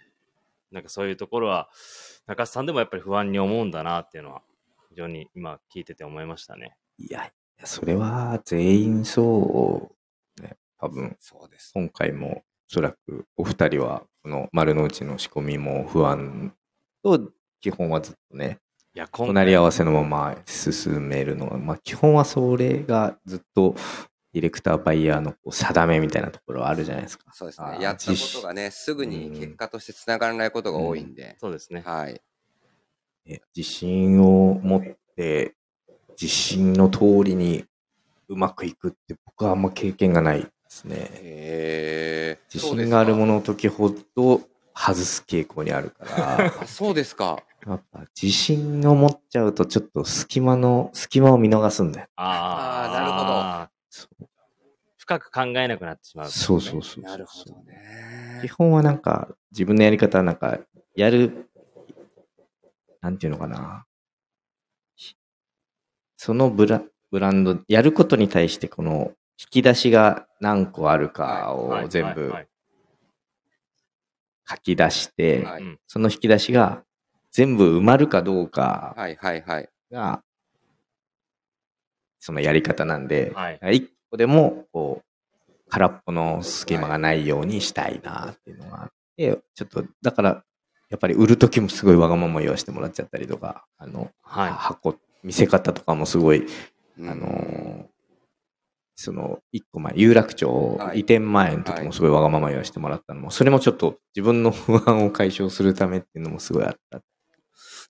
[SPEAKER 2] なんかそういうところは、中洲さんでもやっぱり不安に思うんだなっていうのは、非常に今聞いてて思いましたね。
[SPEAKER 3] いや、いやそれは全員そう、ね、多分。
[SPEAKER 1] そうです。
[SPEAKER 3] 今回もおそらくお二人はこの丸の内の仕込みも不安と基本はずっとね
[SPEAKER 2] いや、今
[SPEAKER 3] 隣り合わせのまま進めるのは、まあ、基本はそれがずっとディレクターバイヤーのこう定めみたいなところはあるじゃないですか。
[SPEAKER 1] そうです
[SPEAKER 3] あ
[SPEAKER 1] ね。
[SPEAKER 3] ー
[SPEAKER 1] やったことがね、すぐに結果としてつながらないことが多いんで。
[SPEAKER 2] そうですね。
[SPEAKER 1] はい。
[SPEAKER 3] ね自信を持って自信の通りにうまくいくって僕はあんま経験がないですね。
[SPEAKER 1] へー
[SPEAKER 3] 自信があるも
[SPEAKER 1] の。
[SPEAKER 3] のの時ほど外す傾向にある から。
[SPEAKER 1] あそうですか。
[SPEAKER 3] やっぱ自信を持っちゃうとちょっと隙間の、隙間を見逃すんだよ。
[SPEAKER 2] あ
[SPEAKER 1] あ
[SPEAKER 2] あ、
[SPEAKER 1] ーなるほど
[SPEAKER 3] そう
[SPEAKER 2] 深く考えなくなってしまう、
[SPEAKER 3] そうそうそう
[SPEAKER 1] なるほどね
[SPEAKER 3] 基。本はなんか自分のやり方はなんかやる、なんていうのかな。そのブラブランド、やることに対してこの引き出しが何個あるか
[SPEAKER 2] はい
[SPEAKER 3] を全
[SPEAKER 2] はい
[SPEAKER 3] 部
[SPEAKER 2] はい
[SPEAKER 3] 書き出して、
[SPEAKER 1] はい
[SPEAKER 2] うん
[SPEAKER 3] その引き出しが全部埋まるかどうか
[SPEAKER 1] はいはいはい。
[SPEAKER 3] が、そのやり方なんで、
[SPEAKER 2] はい
[SPEAKER 3] 一個でも、こう、空っぽの隙間がないようにしたいなっていうのがあって、ちょっと、だから、やっぱり売る時もすごいわがまま言わしてもらっちゃったりとか、あの、
[SPEAKER 2] はい
[SPEAKER 3] 箱、見せ方とかもすごい、
[SPEAKER 1] うん
[SPEAKER 3] あのーその、一個前、有楽町
[SPEAKER 1] はい
[SPEAKER 3] 移転前の時
[SPEAKER 1] は
[SPEAKER 3] も
[SPEAKER 1] い
[SPEAKER 3] すごいわがまま言わせてもらったのも、それもちょっと自分の不安を解消するためっていうのもすごいあった。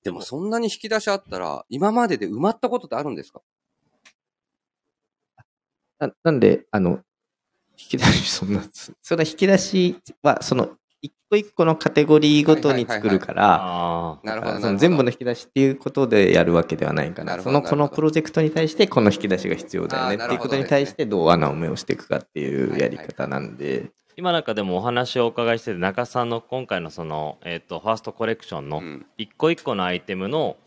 [SPEAKER 1] でもそんなに引き出しあったら、今までで埋まったことってあるんですか
[SPEAKER 3] ななんで、あの、引き出し、 そんな、そその引き出しは、その、一個一個のカテゴリーごとに作るから、
[SPEAKER 2] あ
[SPEAKER 1] なるほ
[SPEAKER 3] だ
[SPEAKER 1] ど
[SPEAKER 3] か
[SPEAKER 1] な
[SPEAKER 3] らそ
[SPEAKER 1] るほ
[SPEAKER 3] の
[SPEAKER 1] ど。
[SPEAKER 3] 全部の引き出しっていうことでやるわけではないか
[SPEAKER 1] な
[SPEAKER 3] ら、
[SPEAKER 1] る
[SPEAKER 3] そ
[SPEAKER 1] ほど
[SPEAKER 3] のこの
[SPEAKER 1] なるほど
[SPEAKER 3] プロジェクトに対してこの引き出しが必要だよね
[SPEAKER 1] あー
[SPEAKER 3] っ
[SPEAKER 1] な
[SPEAKER 3] て
[SPEAKER 1] る
[SPEAKER 3] いう
[SPEAKER 1] ほど
[SPEAKER 3] こと
[SPEAKER 1] ですね
[SPEAKER 3] に対してどう穴埋めをしていくかっていうやり方なんで、
[SPEAKER 2] ー今なんかでもお話をお伺いしてて中さんの今回のその、えっとファーストコレクションの
[SPEAKER 1] うん
[SPEAKER 2] 一個一個のアイテムの、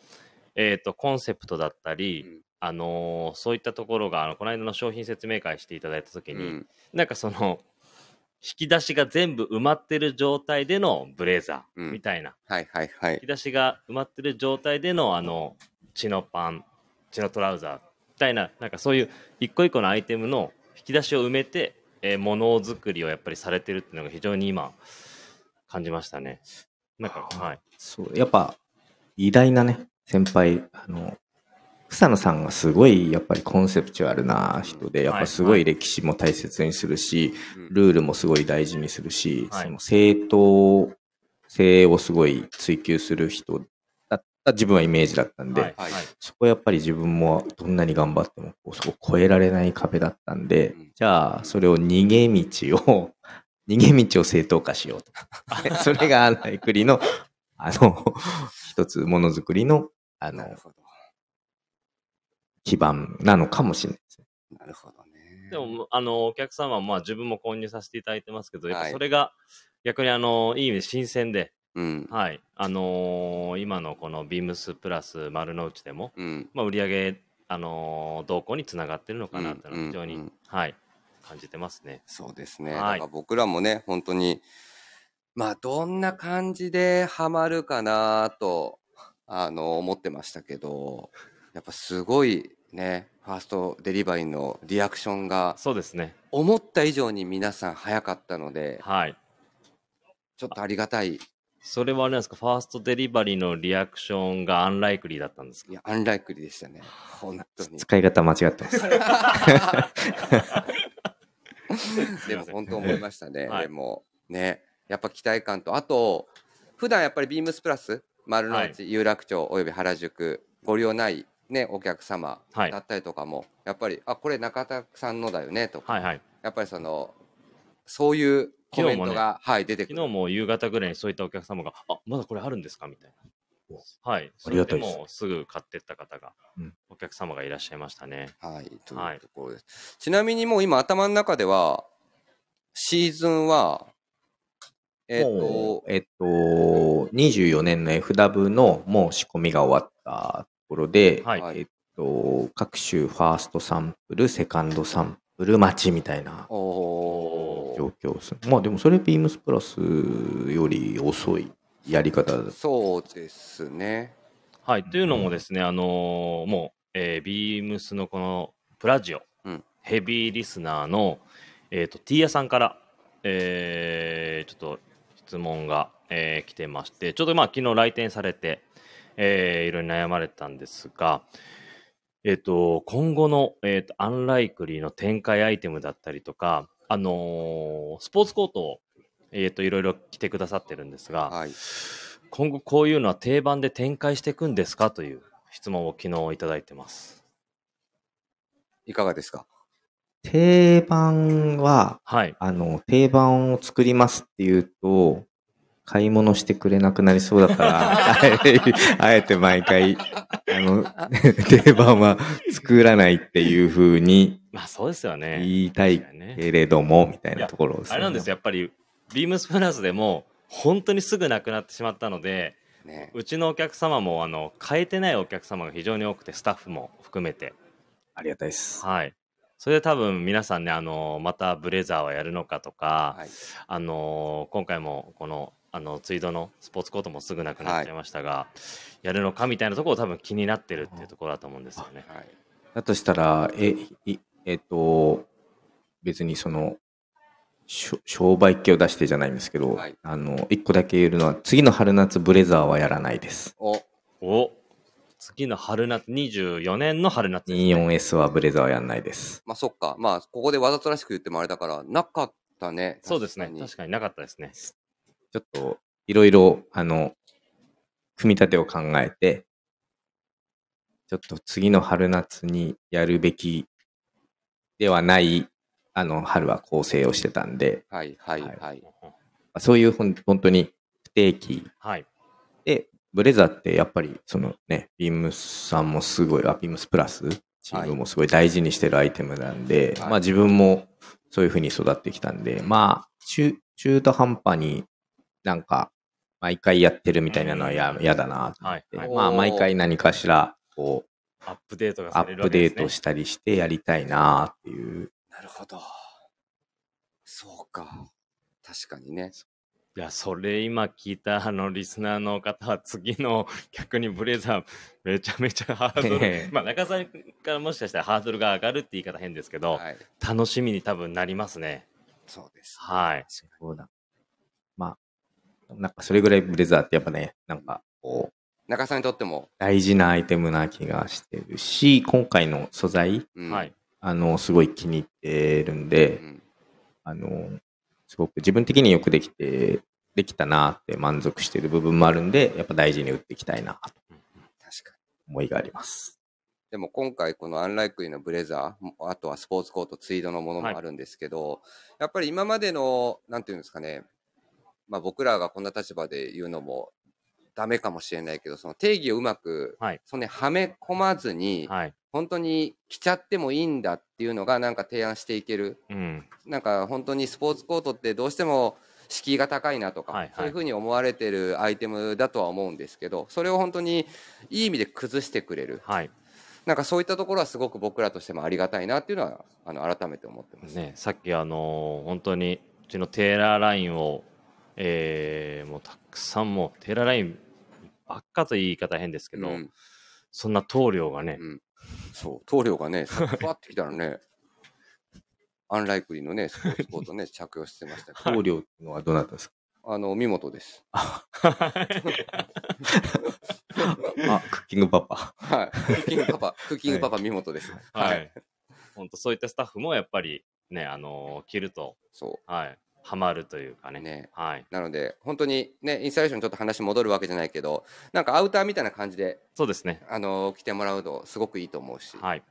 [SPEAKER 2] えっとコンセプトだったり、
[SPEAKER 1] うん
[SPEAKER 2] あのーそういったところがあのこの間の商品説明会していただいた時
[SPEAKER 1] う
[SPEAKER 2] に、
[SPEAKER 1] ん
[SPEAKER 2] なんかその引き出しが全部埋まってる状態でのブレザ
[SPEAKER 1] うん
[SPEAKER 2] ーみたいな、
[SPEAKER 1] はいはいは
[SPEAKER 2] 引
[SPEAKER 1] い。
[SPEAKER 2] き出しが埋まってる状態でのあの血のパン血のトラウザーみたいななんかそういう一個一個のアイテムの引き出しを埋めて、えー、ものづくりをやっぱりされてるっていうのが非常に今感じましたねなんかはい
[SPEAKER 3] そう、やっぱ、偉大なね、先輩、あの、草野さんがすごいやっぱりコンセプチュアルな人で、やっぱすごい歴史も大切にするし、
[SPEAKER 1] うん
[SPEAKER 3] ルールもすごい大事にするし、
[SPEAKER 2] はい
[SPEAKER 3] その正当性をすごい追求する人だった自分はイメージだったんで、
[SPEAKER 2] はい
[SPEAKER 1] はい
[SPEAKER 2] はい
[SPEAKER 3] そこはやっぱり自分もどんなに頑張ってもこうそこを越えられない壁だったんで、
[SPEAKER 1] うん
[SPEAKER 3] じゃあそれを逃げ道を 逃げ道を正当化しようと それがアナイクリのあの一つものづくりのあ
[SPEAKER 1] な
[SPEAKER 3] の
[SPEAKER 1] るほど。
[SPEAKER 3] 基盤なのかもしれないですね。
[SPEAKER 1] なるほどね。
[SPEAKER 2] でも、あの、お客様は、まあ、自分も購入させていただいてますけど、やっ
[SPEAKER 1] は
[SPEAKER 2] ぱ
[SPEAKER 1] い
[SPEAKER 2] それが、逆に、あの、いい意味で新鮮で、
[SPEAKER 1] うん。
[SPEAKER 2] はい。あのー今のこのビームスプラス丸の内でも、
[SPEAKER 1] うん。
[SPEAKER 2] まあ、売り上げ、あのー動向につながってるのかなっていう
[SPEAKER 1] う
[SPEAKER 2] の
[SPEAKER 1] ん
[SPEAKER 2] は非常に、
[SPEAKER 1] うんうん
[SPEAKER 2] はい、感じてますね。
[SPEAKER 1] そうですね。
[SPEAKER 2] はい
[SPEAKER 1] だから僕らもね、本当に、まあ、どんな感じでハマるかなと、あの、思ってましたけど、やっぱすごいね、ファーストデリバリーのリアクションが、
[SPEAKER 2] そうですね。
[SPEAKER 1] 思った以上に皆さん早かったので、
[SPEAKER 2] はい。
[SPEAKER 1] ちょっとありがたい、い
[SPEAKER 2] それはあれなんですか、ファーストデリバリーのリアクションがアンライクリーだったんですか
[SPEAKER 1] や、アンライクリーでしたね。本当に。
[SPEAKER 3] 使い方間違ってます。
[SPEAKER 1] でも本当思いましたね。
[SPEAKER 2] はい
[SPEAKER 1] でもね、やっぱ期待感と、あと、普段やっぱりビームスプラス、丸の内、有楽町および原宿、ご利用ない、ね、お客様
[SPEAKER 2] はい
[SPEAKER 1] だったりとかも、やっぱり、あ、これ中田さんのだよねとか、
[SPEAKER 2] はいはい。
[SPEAKER 1] やっぱりその、そういうコメント
[SPEAKER 2] 昨日
[SPEAKER 1] が、はい、出てく
[SPEAKER 2] 昨
[SPEAKER 1] る
[SPEAKER 2] 日。も夕方ぐらいにそういったお客様が、あまだこれあるんですかみたいな。はい。
[SPEAKER 3] ありがたい
[SPEAKER 2] それ
[SPEAKER 3] です
[SPEAKER 2] でもすぐ買ってった方が、
[SPEAKER 3] うん
[SPEAKER 2] お客様がいらっしゃいましたね。
[SPEAKER 1] はい、と
[SPEAKER 2] は
[SPEAKER 1] いう
[SPEAKER 2] い
[SPEAKER 1] ところです。ちなみにもう今頭の中では、シーズンは、えっ、
[SPEAKER 3] も
[SPEAKER 1] と
[SPEAKER 3] う、えっと、24年の FW のもう仕込みが終わったところで、
[SPEAKER 2] はい
[SPEAKER 1] はい
[SPEAKER 3] えっと、各種ファーストサンプル、セカンドサンプル待ちみたいな
[SPEAKER 1] おー
[SPEAKER 3] 状況ですね。まあでもそれビームスプラスより遅いやり方だと。
[SPEAKER 1] そうですね。
[SPEAKER 2] はい、というのもですね、あのーもう、えー、ビームスのこのプラジオ、
[SPEAKER 1] うん
[SPEAKER 2] ヘビーリスナーの、えー、とティーヤさんから、えーちょっと質問が、えー来てましてちょっとまあ昨日来店されて、えーいろいろ悩まれたんですが、えー、と今後の、えー、とアンライクリーの展開アイテムだったりとか、あのースポーツコートを、えー、といろいろ着てくださってるんですが、
[SPEAKER 1] はい。
[SPEAKER 2] 今後こういうのは定番で展開していくんですかという質問を昨日いただいてます。
[SPEAKER 1] いかがですか
[SPEAKER 3] 定番は、
[SPEAKER 2] はい。
[SPEAKER 3] あの、定番を作りますっていうと、買い物してくれなくなりそうだから、 あえあえて毎回、あの、 定番は作らないっていう風に
[SPEAKER 2] まあそうですよね。
[SPEAKER 3] 言いたい
[SPEAKER 2] 確かにね
[SPEAKER 3] けれども、みたいなところです
[SPEAKER 2] あれなんです
[SPEAKER 3] よ
[SPEAKER 2] よ。やっぱり、ビームスプラスでも、本当にすぐなくなってしまったので、
[SPEAKER 1] ね。
[SPEAKER 2] うちのお客様も、あの、変えてないお客様が非常に多くて、スタッフも含めて。
[SPEAKER 3] ありがたいです。
[SPEAKER 2] はい。それで多分皆さんね、あの、またブレザーはやるのかとか、
[SPEAKER 1] はい。
[SPEAKER 2] あのー今回もこのあのツイードのスポーツコートもすぐなくなっちゃいましたが、やるのかみたいなところを多分気になってるっていうところだと思うんですよね。
[SPEAKER 1] はい。
[SPEAKER 3] だとしたら、え、いえっと、別にその、しょ商売っ気を出してじゃないんですけど、
[SPEAKER 1] はい
[SPEAKER 3] あの、一個だけ言えるのは、次の春夏ブレザーはやらないです。
[SPEAKER 1] お、
[SPEAKER 2] お次の春夏、24年の春夏ですね
[SPEAKER 3] 24S はブレザーやんないです。
[SPEAKER 1] まあそっか。まあ、ここでわざとらしく言ってもあれだから、なかったね。
[SPEAKER 2] そうですね
[SPEAKER 1] 確。かに
[SPEAKER 2] 確かになかったですね。
[SPEAKER 3] ちょっと、いろいろ、あの、組み立てを考えて、ちょっと次の春夏にやるべきではない、あの、春は構成をしてたんで、
[SPEAKER 1] はいはいはい。
[SPEAKER 3] そういうほん本当に不定期
[SPEAKER 2] はい。
[SPEAKER 3] で、ブレザーってやっぱり、そのね、ビームスさんもすごい、あ、ビームスプラス、チームもすごい大事にしてるアイテムなんで、
[SPEAKER 1] はい
[SPEAKER 3] まあ自分もそういう風に育ってきたんで、まあ、中、中途半端になんか、毎回やってるみたいなのはややだなと思って、
[SPEAKER 2] は
[SPEAKER 1] は
[SPEAKER 2] い
[SPEAKER 1] い
[SPEAKER 3] まあ毎回何かしら、こう、
[SPEAKER 2] アップデートが
[SPEAKER 3] ア
[SPEAKER 2] され
[SPEAKER 3] ッ
[SPEAKER 2] るわ
[SPEAKER 3] プ
[SPEAKER 2] けで
[SPEAKER 3] デ
[SPEAKER 2] す
[SPEAKER 3] ー
[SPEAKER 2] ね。
[SPEAKER 3] トしたりしてやりたいなっていう。
[SPEAKER 1] なるほど。そうか。確かにね。
[SPEAKER 2] いや、それ今聞いたあのリスナーの方は次の逆にブレザーめちゃめちゃハード
[SPEAKER 3] ええ
[SPEAKER 2] ル。まあ中澤さんからもしかしたらハードルが上がるって言い方変ですけど、
[SPEAKER 1] はい。
[SPEAKER 2] 楽しみに多分なりますね。
[SPEAKER 1] そうです。
[SPEAKER 2] はい。
[SPEAKER 3] そうだ。まあ、なんかそれぐらいブレザーってやっぱね、なんかこう、
[SPEAKER 1] 中さんにとっても。
[SPEAKER 3] 大事なアイテムな気がしてるし、今回の素材、
[SPEAKER 1] うん
[SPEAKER 2] はい。。
[SPEAKER 3] あの、すごい気に入ってるん
[SPEAKER 1] う
[SPEAKER 3] で、
[SPEAKER 1] ん
[SPEAKER 3] あの、すごく自分的によくできて、できたなって満足してる部分もあるんで、やっぱ大事に打っていきたいなと
[SPEAKER 1] 確かに。
[SPEAKER 3] 思いがあります。
[SPEAKER 1] でも今回このアンライクリーのブレザー、もあとはスポーツコート、ツイードのものも
[SPEAKER 2] はい
[SPEAKER 1] あるんですけど、やっぱり今までの、なんていうんですかね、まあ僕らがこんな立場で言うのもダメかもしれないけど、その定義をうまく、
[SPEAKER 2] はい
[SPEAKER 1] そのね、はめ込まずに、
[SPEAKER 2] はい。
[SPEAKER 1] 本当に着ちゃってもいいんだっていうのがなんか提案していける
[SPEAKER 2] うん。
[SPEAKER 1] なんか本当にスポーツコートってどうしても敷居が高いなとか、
[SPEAKER 2] はいはい
[SPEAKER 1] そういうふうに思われてるアイテムだとは思うんですけどそれを本当にいい意味で崩してくれる
[SPEAKER 2] はい。
[SPEAKER 1] なんかそういったところはすごく僕らとしてもありがたいなっていうのはあの改めて思ってます。
[SPEAKER 2] ね、さっきあのー本当にうちのテーラーラインを、えーもうたくさんもうテーラーラインばっかと言い方変ですけど、
[SPEAKER 1] うん
[SPEAKER 2] そんな棟梁がね、
[SPEAKER 1] うん、そう棟梁がねさふわってきたらねアンライクリーのねスポ ーツコートね着用してましたけど、
[SPEAKER 3] 棟梁っていうのはどうなったんですか
[SPEAKER 1] あの見事 です。
[SPEAKER 3] あ、クッキングパパ。
[SPEAKER 1] はい、クッキングパパクッキングパパ見事です。
[SPEAKER 2] は
[SPEAKER 1] はい、
[SPEAKER 2] い。本当そういったスタッフもやっぱりね、あのー着ると、
[SPEAKER 1] そう
[SPEAKER 2] はい、ハマるというかね。
[SPEAKER 1] ね
[SPEAKER 2] はい。
[SPEAKER 1] なので、本当にね、インスタレーションちょっと話戻るわけじゃないけど、なんかアウターみたいな感じで、
[SPEAKER 2] そうですね。
[SPEAKER 1] あの来てもらうとすごくいいと思うし、
[SPEAKER 2] はい。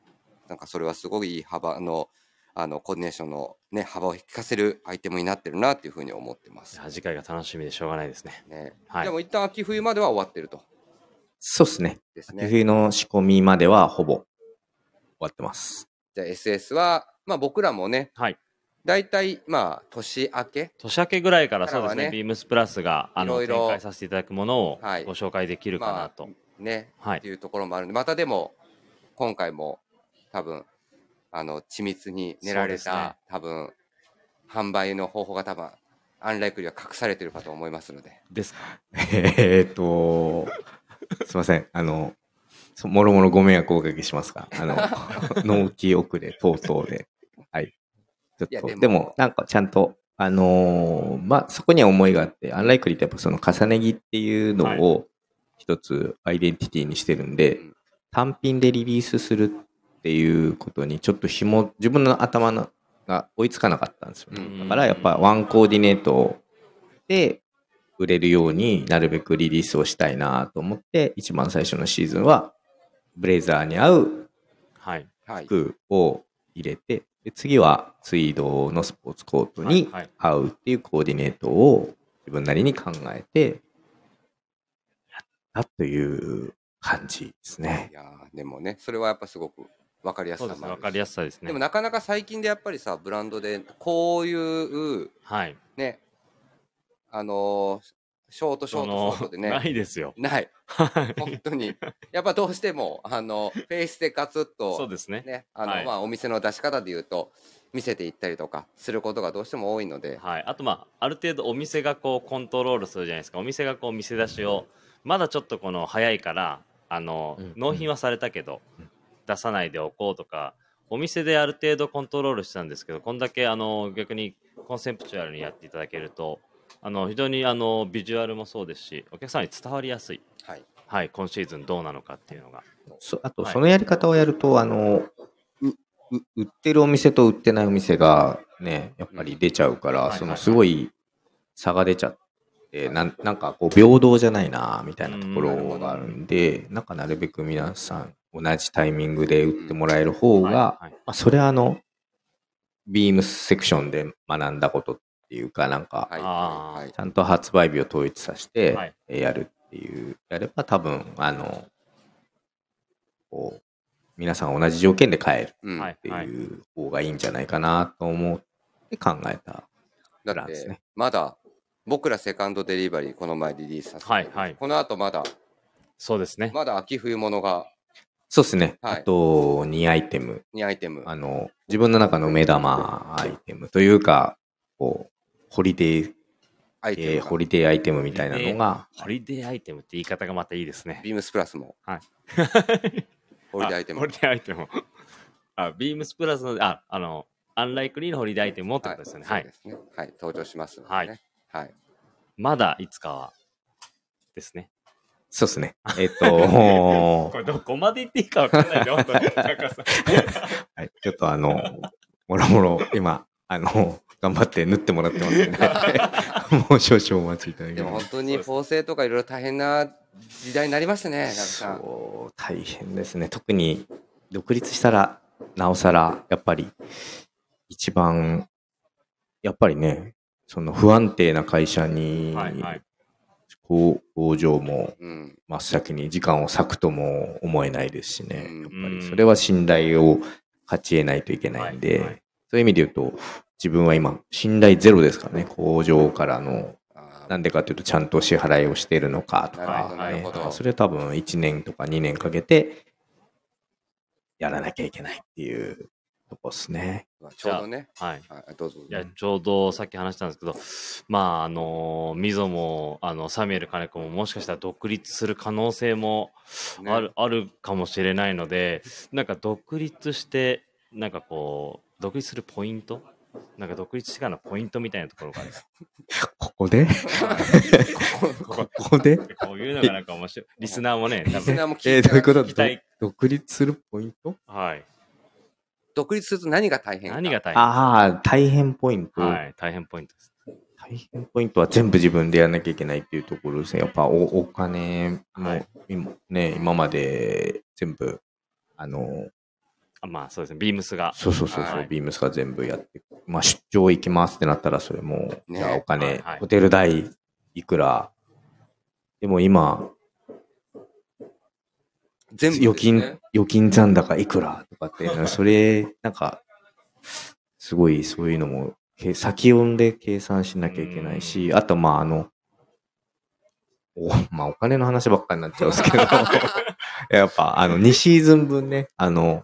[SPEAKER 1] なんかそれはすごいいい幅の、あの、コーディネーションのね、幅を引かせるアイテムになってるなっていうふうに思ってま
[SPEAKER 2] い
[SPEAKER 1] す。
[SPEAKER 2] や次回が楽しみでしょうがないですね。
[SPEAKER 1] ね。
[SPEAKER 2] はい
[SPEAKER 1] でも一旦秋冬までは終わってると。
[SPEAKER 3] そうですね。
[SPEAKER 1] です
[SPEAKER 3] 秋
[SPEAKER 1] ね。
[SPEAKER 3] 冬の仕込みまではほぼ終わってます。
[SPEAKER 1] じゃあ SS は、まあ僕らもね、
[SPEAKER 2] はい。
[SPEAKER 1] 大体、まあ年明け、
[SPEAKER 2] 年明けぐらいから
[SPEAKER 1] か
[SPEAKER 2] そ
[SPEAKER 1] ら
[SPEAKER 2] うで
[SPEAKER 1] は
[SPEAKER 2] す
[SPEAKER 1] ね
[SPEAKER 2] ね、ビームスプラスがあの
[SPEAKER 1] いろいろ
[SPEAKER 2] 展開させていただくものを
[SPEAKER 1] はい
[SPEAKER 2] ご紹介できるかな
[SPEAKER 1] ま
[SPEAKER 2] と。
[SPEAKER 1] あ、ね、
[SPEAKER 2] は
[SPEAKER 1] って
[SPEAKER 2] い。
[SPEAKER 1] いうところもあるんで、またでも、今回も多分、あの、緻密に練られ
[SPEAKER 2] そうです
[SPEAKER 1] た
[SPEAKER 2] ね、
[SPEAKER 1] 多分、販売の方法が多分、アンライクリーは隠されてるかと思いますので。
[SPEAKER 2] ですか。
[SPEAKER 3] えーっと、すいません。あの、そもろもろご迷惑をおかけしますが、あの、納期遅れ等々で。はい。ちょっ
[SPEAKER 1] いや
[SPEAKER 3] と、
[SPEAKER 1] で
[SPEAKER 3] で
[SPEAKER 1] も
[SPEAKER 3] も、なんかちゃんと、あのーまあ、そこには思いがあって、アンライクリーってやっぱその重ね着っていうのを一つアイデンティティにしてるんで、
[SPEAKER 1] うん
[SPEAKER 3] 単品でリリースするっていうことにちょっと紐、自分の頭のが追いつかなかったんですよね。
[SPEAKER 1] うん
[SPEAKER 3] だからやっぱワンコーディネートで売れるようになるべくリリースをしたいなと思って一番最初のシーズンはブレザーに合う
[SPEAKER 2] はい。
[SPEAKER 1] はい。
[SPEAKER 3] 服を入れてで次はツイードのスポーツコートに
[SPEAKER 2] はいはい
[SPEAKER 3] 合うっていうコーディネートを自分なりに考えてやったという感じですね
[SPEAKER 1] い。やーでもね、それはやっぱすごく分かりやす
[SPEAKER 2] そう
[SPEAKER 1] さ
[SPEAKER 2] です
[SPEAKER 1] も
[SPEAKER 2] ね。
[SPEAKER 1] あ
[SPEAKER 2] わ
[SPEAKER 1] る
[SPEAKER 2] かりやすさです
[SPEAKER 1] で
[SPEAKER 2] ね
[SPEAKER 1] も。なかなか最近でやっぱりさ、ブランドで、こういう、
[SPEAKER 2] はい。
[SPEAKER 1] ね、あのーショートショートショートでね、
[SPEAKER 2] ないですよ。
[SPEAKER 1] ない。
[SPEAKER 2] はい。
[SPEAKER 1] 本当に。やっぱどうしても、あの、フェイスでガツッと、
[SPEAKER 2] そうですね。
[SPEAKER 1] ね、あの、
[SPEAKER 2] はい
[SPEAKER 1] まあ、お店の出し方で言うと、見せていったりとか、することがどうしても多いので、
[SPEAKER 2] はい、あとまあある程度お店がこうコントロールするじゃないですかお店がこう見せ出しをまだちょっとこの早いからあの、
[SPEAKER 3] うん
[SPEAKER 2] 納品はされたけど、
[SPEAKER 3] うん
[SPEAKER 2] 出さないでおこうとかお店である程度コントロールしてたんですけどこんだけあの逆にコンセプチュアルにやっていただけるとあの非常にあのビジュアルもそうですしお客さんに伝わりやすい、
[SPEAKER 1] はい。
[SPEAKER 2] はい、今シーズンどうなのかっていうのが。
[SPEAKER 3] そあと、
[SPEAKER 2] はい
[SPEAKER 3] そのやり方をやると、あの、うう売ってるお店と売ってないお店がね、やっぱり出ちゃうか
[SPEAKER 2] はいはい
[SPEAKER 3] ら、
[SPEAKER 2] はい
[SPEAKER 3] そのすごい差が出ちゃって、なんなんかこう、平等じゃないな、みたいなとこ
[SPEAKER 2] うんなるほ
[SPEAKER 3] ろ
[SPEAKER 2] ど
[SPEAKER 3] があるんで、なんかなるべく皆さん、同じタイミングで売ってもらえる方が、
[SPEAKER 2] は
[SPEAKER 3] ま
[SPEAKER 2] いはい
[SPEAKER 3] あ、それはあの、ビームセクションで学んだことっていうか、なんか、
[SPEAKER 1] はい
[SPEAKER 2] あー
[SPEAKER 1] はい
[SPEAKER 3] ちゃんと発売日を統一させ
[SPEAKER 2] は
[SPEAKER 3] て
[SPEAKER 2] い
[SPEAKER 3] えーやるっていう、やれば多分、あの、こう、皆さん同じ条件で買える
[SPEAKER 1] うん
[SPEAKER 2] はい
[SPEAKER 3] っていう方がいいんじゃないかなと思って考えた。
[SPEAKER 1] だ
[SPEAKER 3] なん
[SPEAKER 1] っ
[SPEAKER 3] です
[SPEAKER 1] て
[SPEAKER 3] ね
[SPEAKER 1] まだ僕らセカンドデリバリーこの前リリースさせて、
[SPEAKER 2] はいはい
[SPEAKER 1] この後まだ
[SPEAKER 2] そうですね。
[SPEAKER 1] まだ秋冬物が
[SPEAKER 3] そうですね。
[SPEAKER 1] はい
[SPEAKER 3] あと、2アイテム。
[SPEAKER 1] 2アイテム
[SPEAKER 3] あの、自分の中の目玉アイテムというか、こう、ホリデー、
[SPEAKER 1] アイテムが、
[SPEAKER 3] えーホリデーアイテムみたいなのが、
[SPEAKER 2] ホリデーアイテムって言い方がまたいいですね。
[SPEAKER 1] ビームスプラスも ホリデーアイテ
[SPEAKER 2] あホ
[SPEAKER 1] ム
[SPEAKER 2] リデーアイテム。 あ、ビームスプラスの、あ、あの、アンライクリーのホリデーアイテムもってことですよね。は。
[SPEAKER 1] はいいそうですねはい登場しますのでね
[SPEAKER 2] はい
[SPEAKER 1] はい
[SPEAKER 2] まだいつかは、ですね。
[SPEAKER 3] そうですね。えっ、
[SPEAKER 2] ことれどこまで言っていいかわかんないよ、本当 に高さん
[SPEAKER 3] はい、ちょっとあの、もろもろ、今、あの、頑張って縫ってもらって ますんで、もう少々お待ちいただき
[SPEAKER 1] でも
[SPEAKER 3] ま
[SPEAKER 1] 本
[SPEAKER 3] す。
[SPEAKER 1] 当に縫製とかいろいろ大変な時代になりましたね、中さん。
[SPEAKER 3] そう、大変ですね。特に、独立したら、なおさら、やっぱり、一番、やっぱりね、その不安定な会社に、
[SPEAKER 2] はいはい。
[SPEAKER 3] こう工場も
[SPEAKER 1] うん、
[SPEAKER 3] 真っ先に時間を割くとも思えないですしね、
[SPEAKER 1] うん
[SPEAKER 3] やっぱりそれは信頼を勝ち得ないといけないんで、
[SPEAKER 2] はいはい
[SPEAKER 3] そういう意味で言うと、自分は今、信頼ゼロですからね、工場からの、
[SPEAKER 1] あー
[SPEAKER 3] なんでかというと、ちゃんと支払いをしているのかと
[SPEAKER 1] なるほ
[SPEAKER 3] か
[SPEAKER 1] ど、
[SPEAKER 2] はい
[SPEAKER 1] なるほど。
[SPEAKER 3] それは多分1年とか2年かけて、やらなきゃいけないっていうとこですね。
[SPEAKER 1] ちょうどね、
[SPEAKER 2] はい。
[SPEAKER 1] はい、どうぞ。
[SPEAKER 2] いや、ちょうどさっき話したんですけど、まあ、あの、ミゾも、あの、サミュエル金子ももしかしたら独立する可能性も
[SPEAKER 1] ね
[SPEAKER 2] ある,、あるかもしれないので、なんか独立して、なんかこう、独立するポイントなんか独立してからのポイントみたいなところがある
[SPEAKER 3] ここでここで
[SPEAKER 2] こういうのがなんか 面白い。リスナーもね、多
[SPEAKER 1] リス
[SPEAKER 2] 分
[SPEAKER 1] ナーも聞いて
[SPEAKER 3] えーどういうこと
[SPEAKER 2] 聞きたい
[SPEAKER 3] ど独立するポイント
[SPEAKER 2] はい。
[SPEAKER 1] 独立すると何が大変か
[SPEAKER 2] 何が大変
[SPEAKER 3] ああ、大変ポイント。
[SPEAKER 2] はい、大変ポイントです。
[SPEAKER 3] 大変ポイントは全部自分でやらなきゃいけないっていうところですね。やっぱおお金
[SPEAKER 2] は
[SPEAKER 3] も
[SPEAKER 2] い
[SPEAKER 3] 今、ね、今まで全部、あの、
[SPEAKER 2] あまあそうですね、ビームスが。
[SPEAKER 3] そうそうそうそう、
[SPEAKER 2] はい
[SPEAKER 3] ビームスが全部やって、まあ出張行きますってなったらそれも、
[SPEAKER 1] ね
[SPEAKER 3] じゃあお金、
[SPEAKER 2] はいはい
[SPEAKER 3] ホテル代いくら、でも今、
[SPEAKER 1] 全部ですね、
[SPEAKER 3] 預金、預金残高いくらとかっていうのは、それ、なんか、すごいそういうのも、け先読んで計算しなきゃいけないし、あと、まあ、あの、お、 まあ、お金の話ばっかりになっちゃうん ですけど、やっぱ、あの、2シーズン分ね、あの、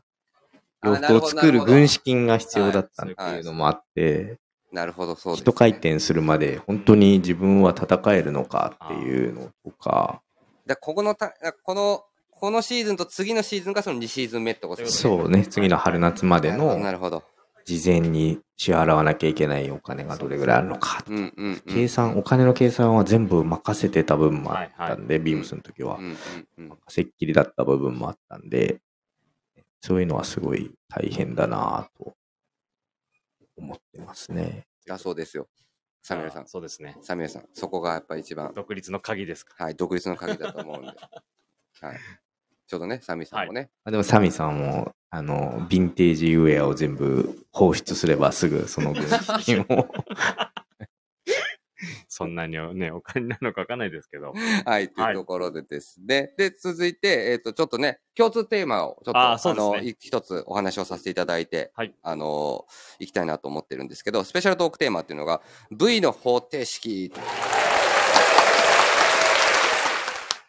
[SPEAKER 1] あ
[SPEAKER 3] 洋
[SPEAKER 1] なる
[SPEAKER 3] 服
[SPEAKER 1] ほ
[SPEAKER 3] を
[SPEAKER 1] ど
[SPEAKER 3] 作る軍資金が必要だったっ
[SPEAKER 2] はい
[SPEAKER 3] ていうのもあって、
[SPEAKER 1] なるほど、そうです、
[SPEAKER 3] 一回転するまで、本当に自分は戦えるのかっていうのとか、
[SPEAKER 1] だここのた、この、このシーズンと次のシーズンがその2シーズン目ってことですね。
[SPEAKER 3] そうね、次の春夏まで
[SPEAKER 1] なるほど
[SPEAKER 3] の、
[SPEAKER 1] なるほど。
[SPEAKER 3] 事前に支払わなきゃいけないお金がどれぐらいあるのかと
[SPEAKER 1] うんうん、うん。
[SPEAKER 3] 計算、お金の計算は全部任せてた部分もあったんで、ビームスの時は
[SPEAKER 1] う。んうんうん
[SPEAKER 3] 任せっきりだった部分もあったんで、そういうのはすごい大変だなぁと思ってますね。
[SPEAKER 1] だそうですよ。サミュエルさ
[SPEAKER 2] あ
[SPEAKER 1] ん。
[SPEAKER 2] そうですね。
[SPEAKER 1] サミュエルさん。そこがやっぱ一番、
[SPEAKER 2] 独立の鍵ですか。
[SPEAKER 1] はい、独立の鍵だと思うんで。 はい。ちょうどね、サミュエルさんもね、
[SPEAKER 3] あでも、サミさんも、あの、ヴィンテージウェアを全部放出すればすぐそ の分金を
[SPEAKER 2] そんなにね、お金なのかわかんないですけど。
[SPEAKER 1] はい、というところでですね。で、続いて、えっ、と、ちょっとね、共通テーマを、ちょっと、
[SPEAKER 2] あー
[SPEAKER 1] あ
[SPEAKER 2] そうですね
[SPEAKER 1] の、い一つお話をさせていただいて、
[SPEAKER 2] はい
[SPEAKER 1] あのー、いきたいなと思ってるんですけど、スペシャルトークテーマっていうのが、V の方程式。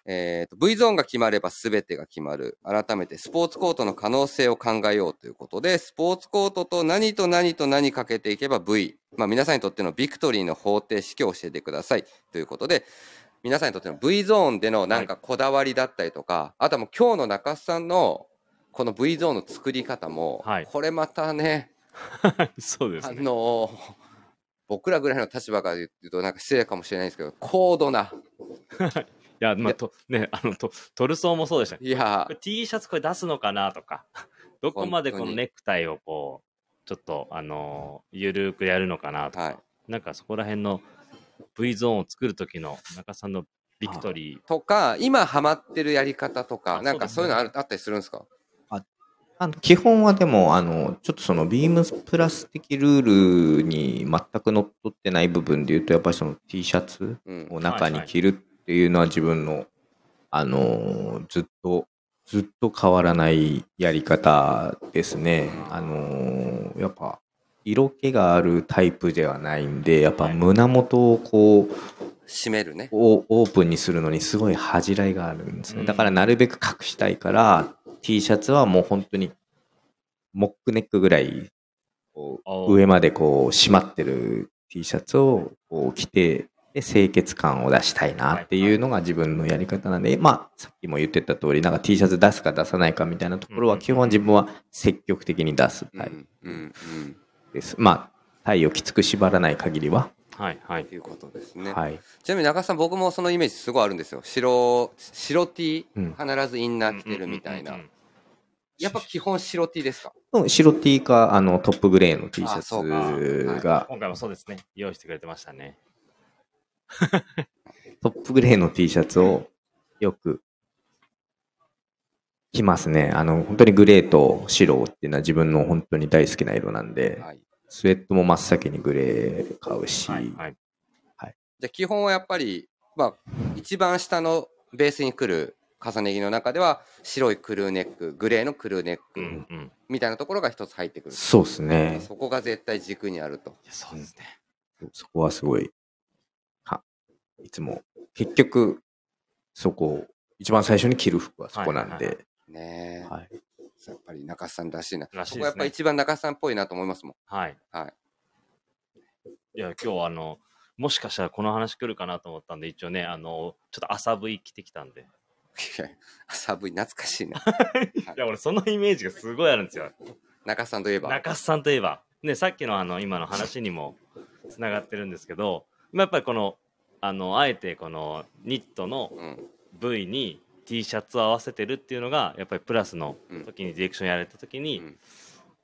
[SPEAKER 1] えっと、V ゾーンが決まれば全てが決まる。改めて、スポーツコートの可能性を考えようということで、スポーツコートと何と何と何かけていけば V。まあ、皆さんにとってのビクトリーの方程式を教えてください。ということで、皆さんにとっての V ゾーンでのなんかこだわりだったりとか、あとはもう今日の中須さんのこの V ゾーンの作り方も、
[SPEAKER 2] はい
[SPEAKER 1] これまたね、
[SPEAKER 2] そうです
[SPEAKER 1] あ
[SPEAKER 2] ね。
[SPEAKER 1] のー僕らぐらいの立場から言うとなんか失礼かもしれないんですけど、高度な、
[SPEAKER 2] や、ま
[SPEAKER 1] い
[SPEAKER 2] あ、
[SPEAKER 1] や
[SPEAKER 2] と、ね、あの、とトルソーもそうでしたね。
[SPEAKER 1] いや
[SPEAKER 2] これ T シャツこれ出すのかなとか、 どこまでこ
[SPEAKER 1] 本当
[SPEAKER 2] の
[SPEAKER 1] に
[SPEAKER 2] ネクタイをこう、ちょっと、あのーゆるーくやるのかなとか、
[SPEAKER 1] はい
[SPEAKER 2] なんかそこら辺の V ゾーンを作る時の中さんのビクトリー、
[SPEAKER 1] とか今ハマってるやり方と
[SPEAKER 2] あ
[SPEAKER 1] かなんか
[SPEAKER 2] そ
[SPEAKER 1] そうう
[SPEAKER 2] だね
[SPEAKER 1] いうのあるあったりするんですか
[SPEAKER 3] あの基本はでも、あの、ちょっとそのビームプラス的ルールに全くのっとってない部分で言うと、やっぱりその T シャツ
[SPEAKER 1] うん
[SPEAKER 3] を中に着るっていうのは自分の、あの、ずっと、ずっと変わらないやり方ですね。あの、やっぱ、色気があるタイプではないんで、やっぱ胸元をこう、
[SPEAKER 1] 締めるね
[SPEAKER 3] をオープンにするのにすごい恥じらいがあるんですね。
[SPEAKER 2] うん
[SPEAKER 3] だからなるべく隠したいから、T シャツはもう本当にモックネックぐらいこう
[SPEAKER 2] おー
[SPEAKER 3] 上までこう締まってる T シャツをこう着てで清潔感を出したいなっていうのが自分のやり方なんで、まあさっきも言ってた通りなんか T シャツ出すか出さないかみたいなところ
[SPEAKER 2] う
[SPEAKER 3] は
[SPEAKER 2] ん
[SPEAKER 3] 基本自分は積極的に出す
[SPEAKER 1] うん
[SPEAKER 3] タイ
[SPEAKER 1] う
[SPEAKER 3] プ
[SPEAKER 1] んうん
[SPEAKER 3] です。まあ体をきつく縛らない限りは。
[SPEAKER 2] はいはい
[SPEAKER 1] っていうことですね
[SPEAKER 3] はい。
[SPEAKER 1] ちなみに中田さん僕もそのイメージすごいあるんですよ白白 T
[SPEAKER 3] うん
[SPEAKER 1] 必ずインナー着てるみたい
[SPEAKER 2] うん
[SPEAKER 1] な
[SPEAKER 2] うんうん
[SPEAKER 1] やっぱ基本白 T ですか
[SPEAKER 3] うん白 T かあのトップグレーの T シャ
[SPEAKER 1] あそうか
[SPEAKER 3] ツが、
[SPEAKER 2] 今回もそうですね用意してくれてましたね
[SPEAKER 3] トップグレーの T シャツをよく着ますね。あの、本当にグレーと白っていうのは自分の本当に大好きな色なんで、
[SPEAKER 1] はい
[SPEAKER 3] スウェットも真っ先にグレー買うし、
[SPEAKER 2] はいはい
[SPEAKER 1] じゃあ基本はやっぱりまあ一番下のベースに来る重ね着の中では白いクルーネックグレーのクルーネッ
[SPEAKER 2] う
[SPEAKER 1] ク
[SPEAKER 2] んうんい
[SPEAKER 1] みたいなところが一つ入ってくる
[SPEAKER 3] そうですね。
[SPEAKER 1] そこが絶対軸にあると
[SPEAKER 2] やそうですね
[SPEAKER 3] そこはすごい、かいつも、結局、そこ、一番最初に着る服はそこなん
[SPEAKER 2] は
[SPEAKER 3] で、
[SPEAKER 1] ねえ
[SPEAKER 3] はい
[SPEAKER 1] やっぱり中須さんらしいな。
[SPEAKER 2] らし
[SPEAKER 1] そ
[SPEAKER 2] いですね
[SPEAKER 1] こやっぱ一番中須さんっぽいなと思いますもん。
[SPEAKER 2] はい
[SPEAKER 1] はい。
[SPEAKER 2] いや今日はあのもしかしたらこの話来るかなと思ったんで一応ねあのちょっと朝 V 着てきたんで
[SPEAKER 1] いや寒い懐かしいな。
[SPEAKER 2] いや俺そのイメージがすごいあるんですよ
[SPEAKER 1] 中須さんといえば。
[SPEAKER 2] 中須さんといえば、ね、さっきのあの今の話にもつながってるんですけど、まあ、やっぱりこのあのあえてこのニットの
[SPEAKER 1] うん。
[SPEAKER 2] 部位に T シャツを合わせてるっていうのがやっぱりプラスの
[SPEAKER 1] うん
[SPEAKER 2] 時にディレクションやられた時に、
[SPEAKER 1] うん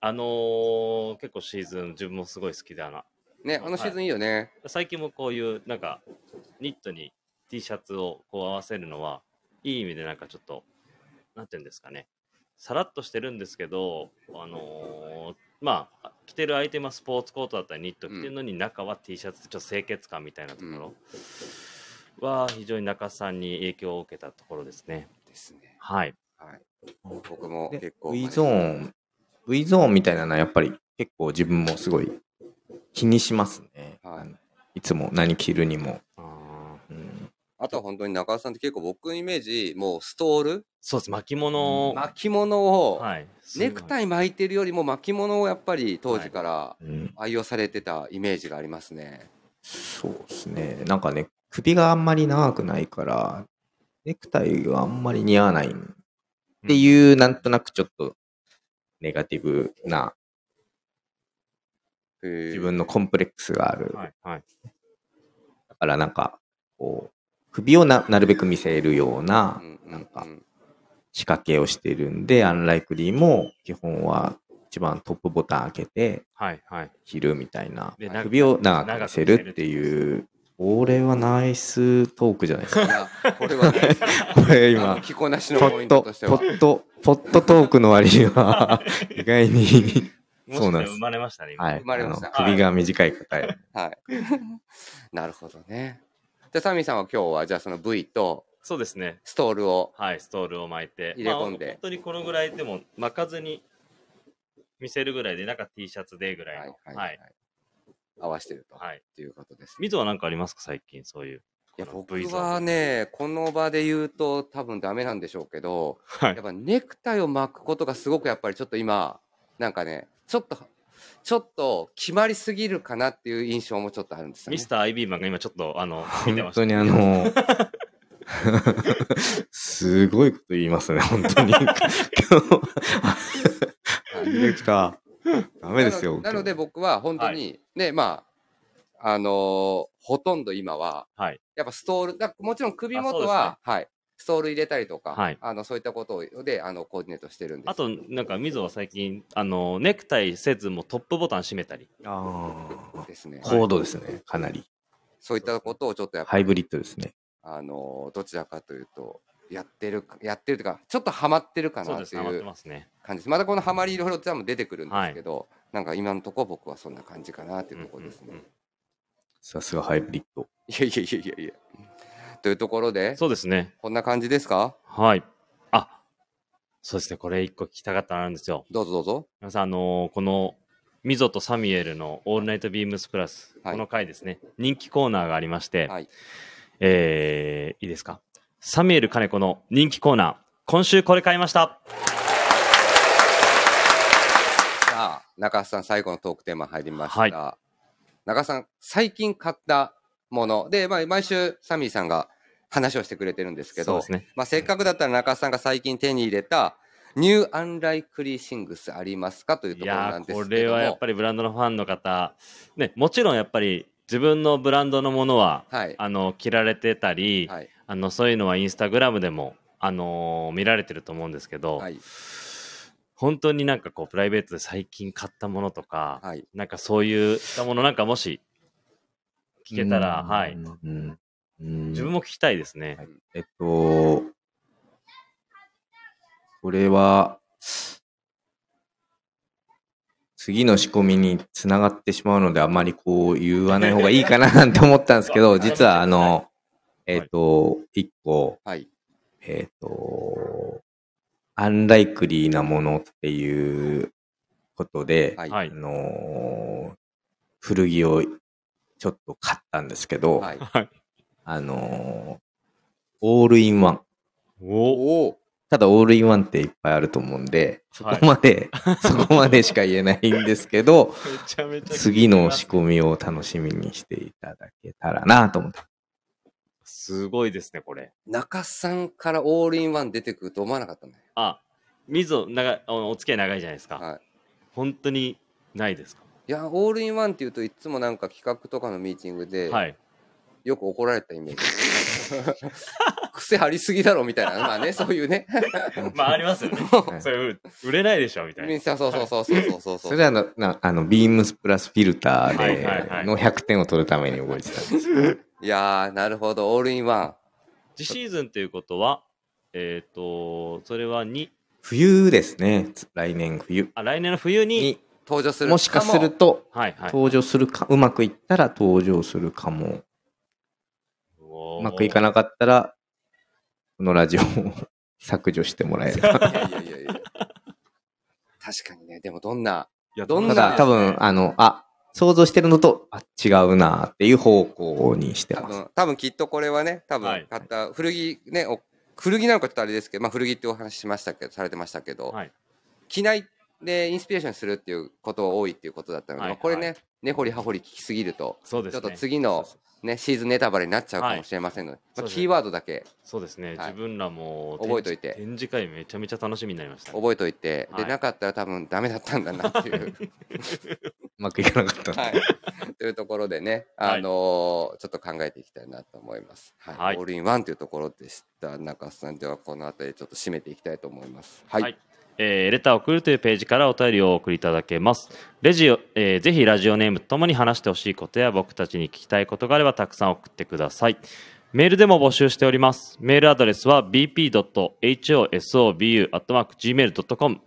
[SPEAKER 2] あのー結構シーズン自分もすごい好きだな
[SPEAKER 1] ね、あのシーズンいいよね。
[SPEAKER 2] 最近もこういうなんかニットに T シャツをこう合わせるのはいい意味でなんかちょっとなんていうんですかねさらっとしてるんですけどあのーまあ着てるアイテムはスポーツコートだったりニット着てるのに中は T シャツでちょっと清潔感みたいなところは非常に中さんに影響を受けたところですね
[SPEAKER 1] ですね。
[SPEAKER 2] はい
[SPEAKER 1] はい。僕も
[SPEAKER 3] で
[SPEAKER 1] 結構。
[SPEAKER 3] V ゾーン、V ゾーンみたいなのはやっぱり結構自分もすごい気にしますね。
[SPEAKER 1] はい
[SPEAKER 3] あのいつも何着るにも。
[SPEAKER 2] あー
[SPEAKER 3] うん
[SPEAKER 1] あとは本当に中須さんって結構僕のイメージ、もうストール
[SPEAKER 2] そうです巻物を、
[SPEAKER 1] 巻物を、
[SPEAKER 2] はい
[SPEAKER 1] ネク
[SPEAKER 2] イ
[SPEAKER 1] タイ巻いてるよりも巻物をやっぱり当時から
[SPEAKER 3] うん
[SPEAKER 1] 愛用されてたイメージがありますね。
[SPEAKER 3] そうですね。なんかね、首があんまり長くないから、ネクタイがあんまり似合わないっていう、なんとなくちょっとネガティブな
[SPEAKER 1] 自
[SPEAKER 3] 自分のコンプレックスがある。
[SPEAKER 2] はいはい
[SPEAKER 3] だからなんか、こう、首をななるべく見せるような、なんか仕掛けをしているんで、アンライクリーも基本は一番トップボタン開けて
[SPEAKER 2] はいはい
[SPEAKER 3] 着るみたいな
[SPEAKER 2] でな、
[SPEAKER 3] 首を長く見せるっていう、俺はナイストークじ ゃないですか。
[SPEAKER 1] いやこれはね、
[SPEAKER 3] これ
[SPEAKER 1] 今、
[SPEAKER 3] 今、
[SPEAKER 1] 着こなし
[SPEAKER 3] ポ
[SPEAKER 1] のポイ
[SPEAKER 3] ッ
[SPEAKER 1] ント
[SPEAKER 3] ト、
[SPEAKER 1] と
[SPEAKER 3] ポ
[SPEAKER 1] しては。
[SPEAKER 3] ット、ポットトークの割には、意外に、
[SPEAKER 2] もし
[SPEAKER 3] そうな
[SPEAKER 2] か
[SPEAKER 3] んです
[SPEAKER 2] 生まれましたね今
[SPEAKER 3] はい、
[SPEAKER 1] 生まれました
[SPEAKER 3] あの首が短い方へ
[SPEAKER 1] はい。なるほどね。じゃあ、サミーさんは今日は、じゃあその V と
[SPEAKER 2] そうですね
[SPEAKER 1] ストールを、
[SPEAKER 2] はい、ストールを巻いて、
[SPEAKER 1] 入れ込んで
[SPEAKER 2] まあ、本当にこのぐらいでも巻かずに見せるぐらいで、なんか T シャツでぐらいの。はい、はい。
[SPEAKER 1] 合わせてると、
[SPEAKER 2] はい。
[SPEAKER 1] い、うことですね。
[SPEAKER 2] みぞは何かありますか、最近、そういう。
[SPEAKER 1] いや
[SPEAKER 2] あの
[SPEAKER 1] 僕
[SPEAKER 2] V ゾーン
[SPEAKER 1] はね、この場で言うと多分ダメなんでしょうけど、
[SPEAKER 2] はい
[SPEAKER 1] やっぱネクタイを巻くことがすごくやっぱりちょっと今、なんかね、ちょっと、ちょっと決まりすぎるかなっていう印象もちょっとあるんですよ
[SPEAKER 2] ミ
[SPEAKER 1] ね
[SPEAKER 2] ス。ター IB マンが今ちょっと、あの、見て
[SPEAKER 3] 本
[SPEAKER 2] まし
[SPEAKER 3] 当
[SPEAKER 2] た。
[SPEAKER 3] にあの、すごいこと言いますね、本当 に。今日は
[SPEAKER 1] はい
[SPEAKER 3] ディレクター、ダメですよ。
[SPEAKER 1] なのなので僕は本当に、ね、まあ、あのーほとんど今は、
[SPEAKER 2] はい。
[SPEAKER 1] ややっぱストール、だからもちろん首元
[SPEAKER 2] あ
[SPEAKER 1] は、はい、ストール入れたりとか、
[SPEAKER 2] はい
[SPEAKER 1] あのそういったことをであのコーディネートしてるんです。
[SPEAKER 2] あと、なんか、みぞは最近、あの、ネクタイせずもトップボタン閉めたり。
[SPEAKER 3] ああ。
[SPEAKER 1] ですね、
[SPEAKER 3] 高度ですね。かなり。
[SPEAKER 1] そういったことをちょっとやっぱ
[SPEAKER 3] ハイブリッドですね。
[SPEAKER 1] あのどちらかというとやってるかやってるというかちょっとハマってるか
[SPEAKER 2] そう
[SPEAKER 1] な
[SPEAKER 2] で
[SPEAKER 1] って
[SPEAKER 2] す
[SPEAKER 1] い
[SPEAKER 2] ね、余って
[SPEAKER 1] う
[SPEAKER 2] ますね。
[SPEAKER 1] 感じですまたこのハマりいろいろ多分出てくるんですけど、なんか今のところ僕はそんな感じかなっていうところですね、
[SPEAKER 2] うんうんうん
[SPEAKER 3] さすがハイブリッド。
[SPEAKER 1] いやいやいやいやいやというところで
[SPEAKER 2] そうですね。
[SPEAKER 1] こんな感じですか
[SPEAKER 2] はい。あ、そうですね。これ一個聞きたかったのあるんですよ。
[SPEAKER 1] どうぞどうぞ
[SPEAKER 2] 皆さん、あのーこの、ミゾとサミュエルのオールナイトビームスプラス、
[SPEAKER 1] はい
[SPEAKER 2] この回ですね、人気コーナーがありまして、
[SPEAKER 1] はい
[SPEAKER 2] えー、いいですか。サミュエル金子の人気コーナー、今週これ買いました
[SPEAKER 1] さあ中須さん最後のトークテーマ入りました、
[SPEAKER 2] はい
[SPEAKER 1] 中須さん最近買ったもので、まあ、毎週サミーさんが話をしてくれてるんですけ
[SPEAKER 2] そう
[SPEAKER 1] ど
[SPEAKER 2] ですね。
[SPEAKER 1] まあ、せっかくだったら中田さんが最近手に入れたニューアンライクリーシングスありますかというとこ
[SPEAKER 2] い
[SPEAKER 1] ろな
[SPEAKER 2] や
[SPEAKER 1] ん
[SPEAKER 2] ー
[SPEAKER 1] で
[SPEAKER 2] こ
[SPEAKER 1] すけ
[SPEAKER 2] れ
[SPEAKER 1] ども
[SPEAKER 2] はやっぱりブランドのファンの方、ね、もちろんやっぱり自分のブランドのものは、
[SPEAKER 1] はい
[SPEAKER 2] あの着られてたり、
[SPEAKER 1] はい
[SPEAKER 2] あのそういうのはインスタグラムでも、あのー見られてると思うんですけど、
[SPEAKER 1] はい
[SPEAKER 2] 本当になんかこうプライベートで最近買ったものとか、
[SPEAKER 1] はい
[SPEAKER 2] なんかそういったものなんかもし聞けたら、
[SPEAKER 3] うん
[SPEAKER 2] はい、
[SPEAKER 3] うん。うん
[SPEAKER 2] 自分も聞きたいですね。
[SPEAKER 3] はいえっと、これは、次の仕込みにつながってしまうので、あまりこう言わない方がいいかななんて思ったんですけ ど、実はあの、えっと、一個、
[SPEAKER 1] はい
[SPEAKER 3] えっと、アンライクリーなものっていうことで、
[SPEAKER 1] はい
[SPEAKER 2] は
[SPEAKER 3] あ
[SPEAKER 2] い。
[SPEAKER 3] のー古着をちょっと買ったんですけど、
[SPEAKER 1] はい
[SPEAKER 2] はい、
[SPEAKER 3] あのーオールインワン。
[SPEAKER 1] お
[SPEAKER 2] お
[SPEAKER 1] お
[SPEAKER 3] ただオールインワンっていっぱいあると思うんで、そこまで、 そこまでしか言えないんです けど、
[SPEAKER 2] めちゃめちゃ
[SPEAKER 3] 次の仕込みを楽しみにしていただけたらなと思って。
[SPEAKER 2] すごいですね、これ。
[SPEAKER 1] 中須さんからオールインワン出てくると思わなかったね
[SPEAKER 2] あ、みぞ、長いおお付き合い長いじゃないですか。
[SPEAKER 1] はい
[SPEAKER 2] 本当にないですか
[SPEAKER 1] いやオールインワンっていうといつもなんか企画とかのミーティングで、
[SPEAKER 2] はい。
[SPEAKER 1] よく怒られたイメージ 癖ありすぎだろみたいなまあねそういうね
[SPEAKER 2] まあ、ありますよ ね。
[SPEAKER 3] はい
[SPEAKER 2] それ、売れないでしょみたいな。
[SPEAKER 1] そうそうそうそうそうそう
[SPEAKER 3] それはななあの、ビームスプラスフィルター
[SPEAKER 2] はいはいはい
[SPEAKER 3] での100点を取るために動いてたんです。
[SPEAKER 1] いやーなるほどオールインワン
[SPEAKER 2] 次シーズンということは、えっ、と、それはに
[SPEAKER 3] 冬ですね。来年冬
[SPEAKER 2] あ、来年の冬に、
[SPEAKER 3] に、
[SPEAKER 1] 登場する
[SPEAKER 3] もしかすると、
[SPEAKER 2] はいはい。
[SPEAKER 3] 登場するか、うまくいったら登場するかも。う
[SPEAKER 2] う
[SPEAKER 3] まくいかなかったら、このラジオを 削除してもらえれば。
[SPEAKER 1] いやいやいやいや確かにねでもどんない
[SPEAKER 2] や
[SPEAKER 1] どんな
[SPEAKER 3] ただ、多分、あの、あ、想像してるのと、あ、違うなっていう方向にして
[SPEAKER 1] 多
[SPEAKER 3] ます。
[SPEAKER 1] 分多分きっとこれはね多
[SPEAKER 2] はい
[SPEAKER 1] 分買った、古着ねお古着なのかちょっとあれですけど、まあ、古着ってお話ししましたけどされてましたけど、
[SPEAKER 2] はい
[SPEAKER 1] 機内でインスピレーションするっていうことが多いっていうことだったので、
[SPEAKER 2] はい
[SPEAKER 1] まあこれね、
[SPEAKER 2] は
[SPEAKER 1] 根掘り葉掘り聞きすぎると、
[SPEAKER 2] そうで
[SPEAKER 1] ちょ
[SPEAKER 2] す
[SPEAKER 1] っと
[SPEAKER 2] ね。
[SPEAKER 1] 次の、ね、シーズンネタバレになっちゃうかもしれませんので、ま
[SPEAKER 2] そう
[SPEAKER 1] あ、
[SPEAKER 2] ですね
[SPEAKER 1] キーワードだけ
[SPEAKER 2] そうですね。
[SPEAKER 1] はい
[SPEAKER 2] 自分らも
[SPEAKER 1] 覚えといて
[SPEAKER 2] 展示展示会めちゃめちゃ楽しみになりました。
[SPEAKER 1] 覚えといて、
[SPEAKER 2] はい
[SPEAKER 1] でなかったら多分ダメだったんだなって いう。
[SPEAKER 3] うまくいかなかった。
[SPEAKER 1] はい、というところでね、
[SPEAKER 2] はい
[SPEAKER 1] あのーちょっと考えていきたいなと思います。はい、
[SPEAKER 2] はい
[SPEAKER 1] オールインワンというところでした。中須さんではこの辺りちょっと締めていきたいと思います。はい、
[SPEAKER 2] はいえーレターを送るというページからお便りをお送りいただけます。レジオ、えーぜひラジオネームとともに話してほしいことや僕たちに聞きたいことがあればたくさん送ってください。メールでも募集しております。メールアドレスは bp.hosobu.gmail.com。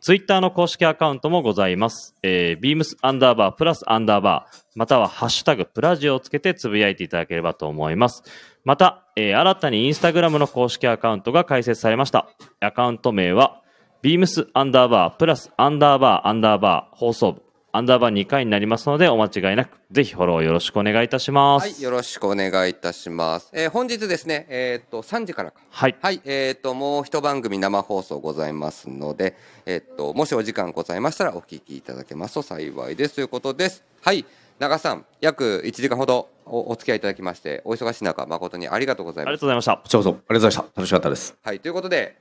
[SPEAKER 2] ツイッターの公式アカウントもございます。えー、beams アンダーバープラスアンダーバー、またはハッシュタグプラジオをつけてつぶやいていただければと思います。また、えー新たにインスタグラムの公式アカウントが開設されました。アカウント名は、beams アンダーバープラスアンダーバーアンダーバー放送部、アンダーバー2回になりますのでお間違いなく、ぜひフォローよろしくお願いいたします。
[SPEAKER 1] はいよろしくお願いいたします。えー本日ですね、えーっと3時からか。
[SPEAKER 2] はい。
[SPEAKER 1] はい、えーっともう一番組生放送ございますので、えーっともしお時間ございましたらお聞きいただけますと幸いですということです。はい、長須さん、約1時間ほどおお付き合いいただきまして、お忙しい中誠にありがとうござ
[SPEAKER 2] あ
[SPEAKER 1] い
[SPEAKER 2] りが
[SPEAKER 1] ま
[SPEAKER 2] と
[SPEAKER 1] す。
[SPEAKER 2] うございました
[SPEAKER 3] こ。ちらこそ、ありがとうございました。楽しかったです。
[SPEAKER 1] はい、ということで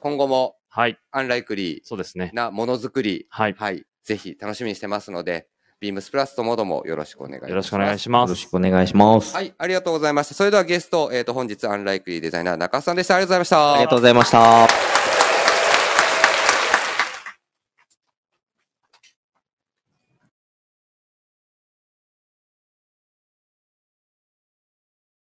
[SPEAKER 1] 今後も
[SPEAKER 2] はい。
[SPEAKER 1] アンライクリー
[SPEAKER 2] そうですね。
[SPEAKER 1] なものづくり、
[SPEAKER 2] はい。
[SPEAKER 1] はい、ぜひ楽しみにしてますので、ビームスプラスともどもよろしくお願いします。
[SPEAKER 2] よろしくお願いし
[SPEAKER 3] よ
[SPEAKER 2] ま
[SPEAKER 3] ろ
[SPEAKER 2] す
[SPEAKER 3] し。くお願いします。
[SPEAKER 1] はい、ありがとうございました。それではゲスト、えっ、と、本日、アンライクリーデザイナー、中さんでした。ありがとうございました。
[SPEAKER 3] ありがとうございました。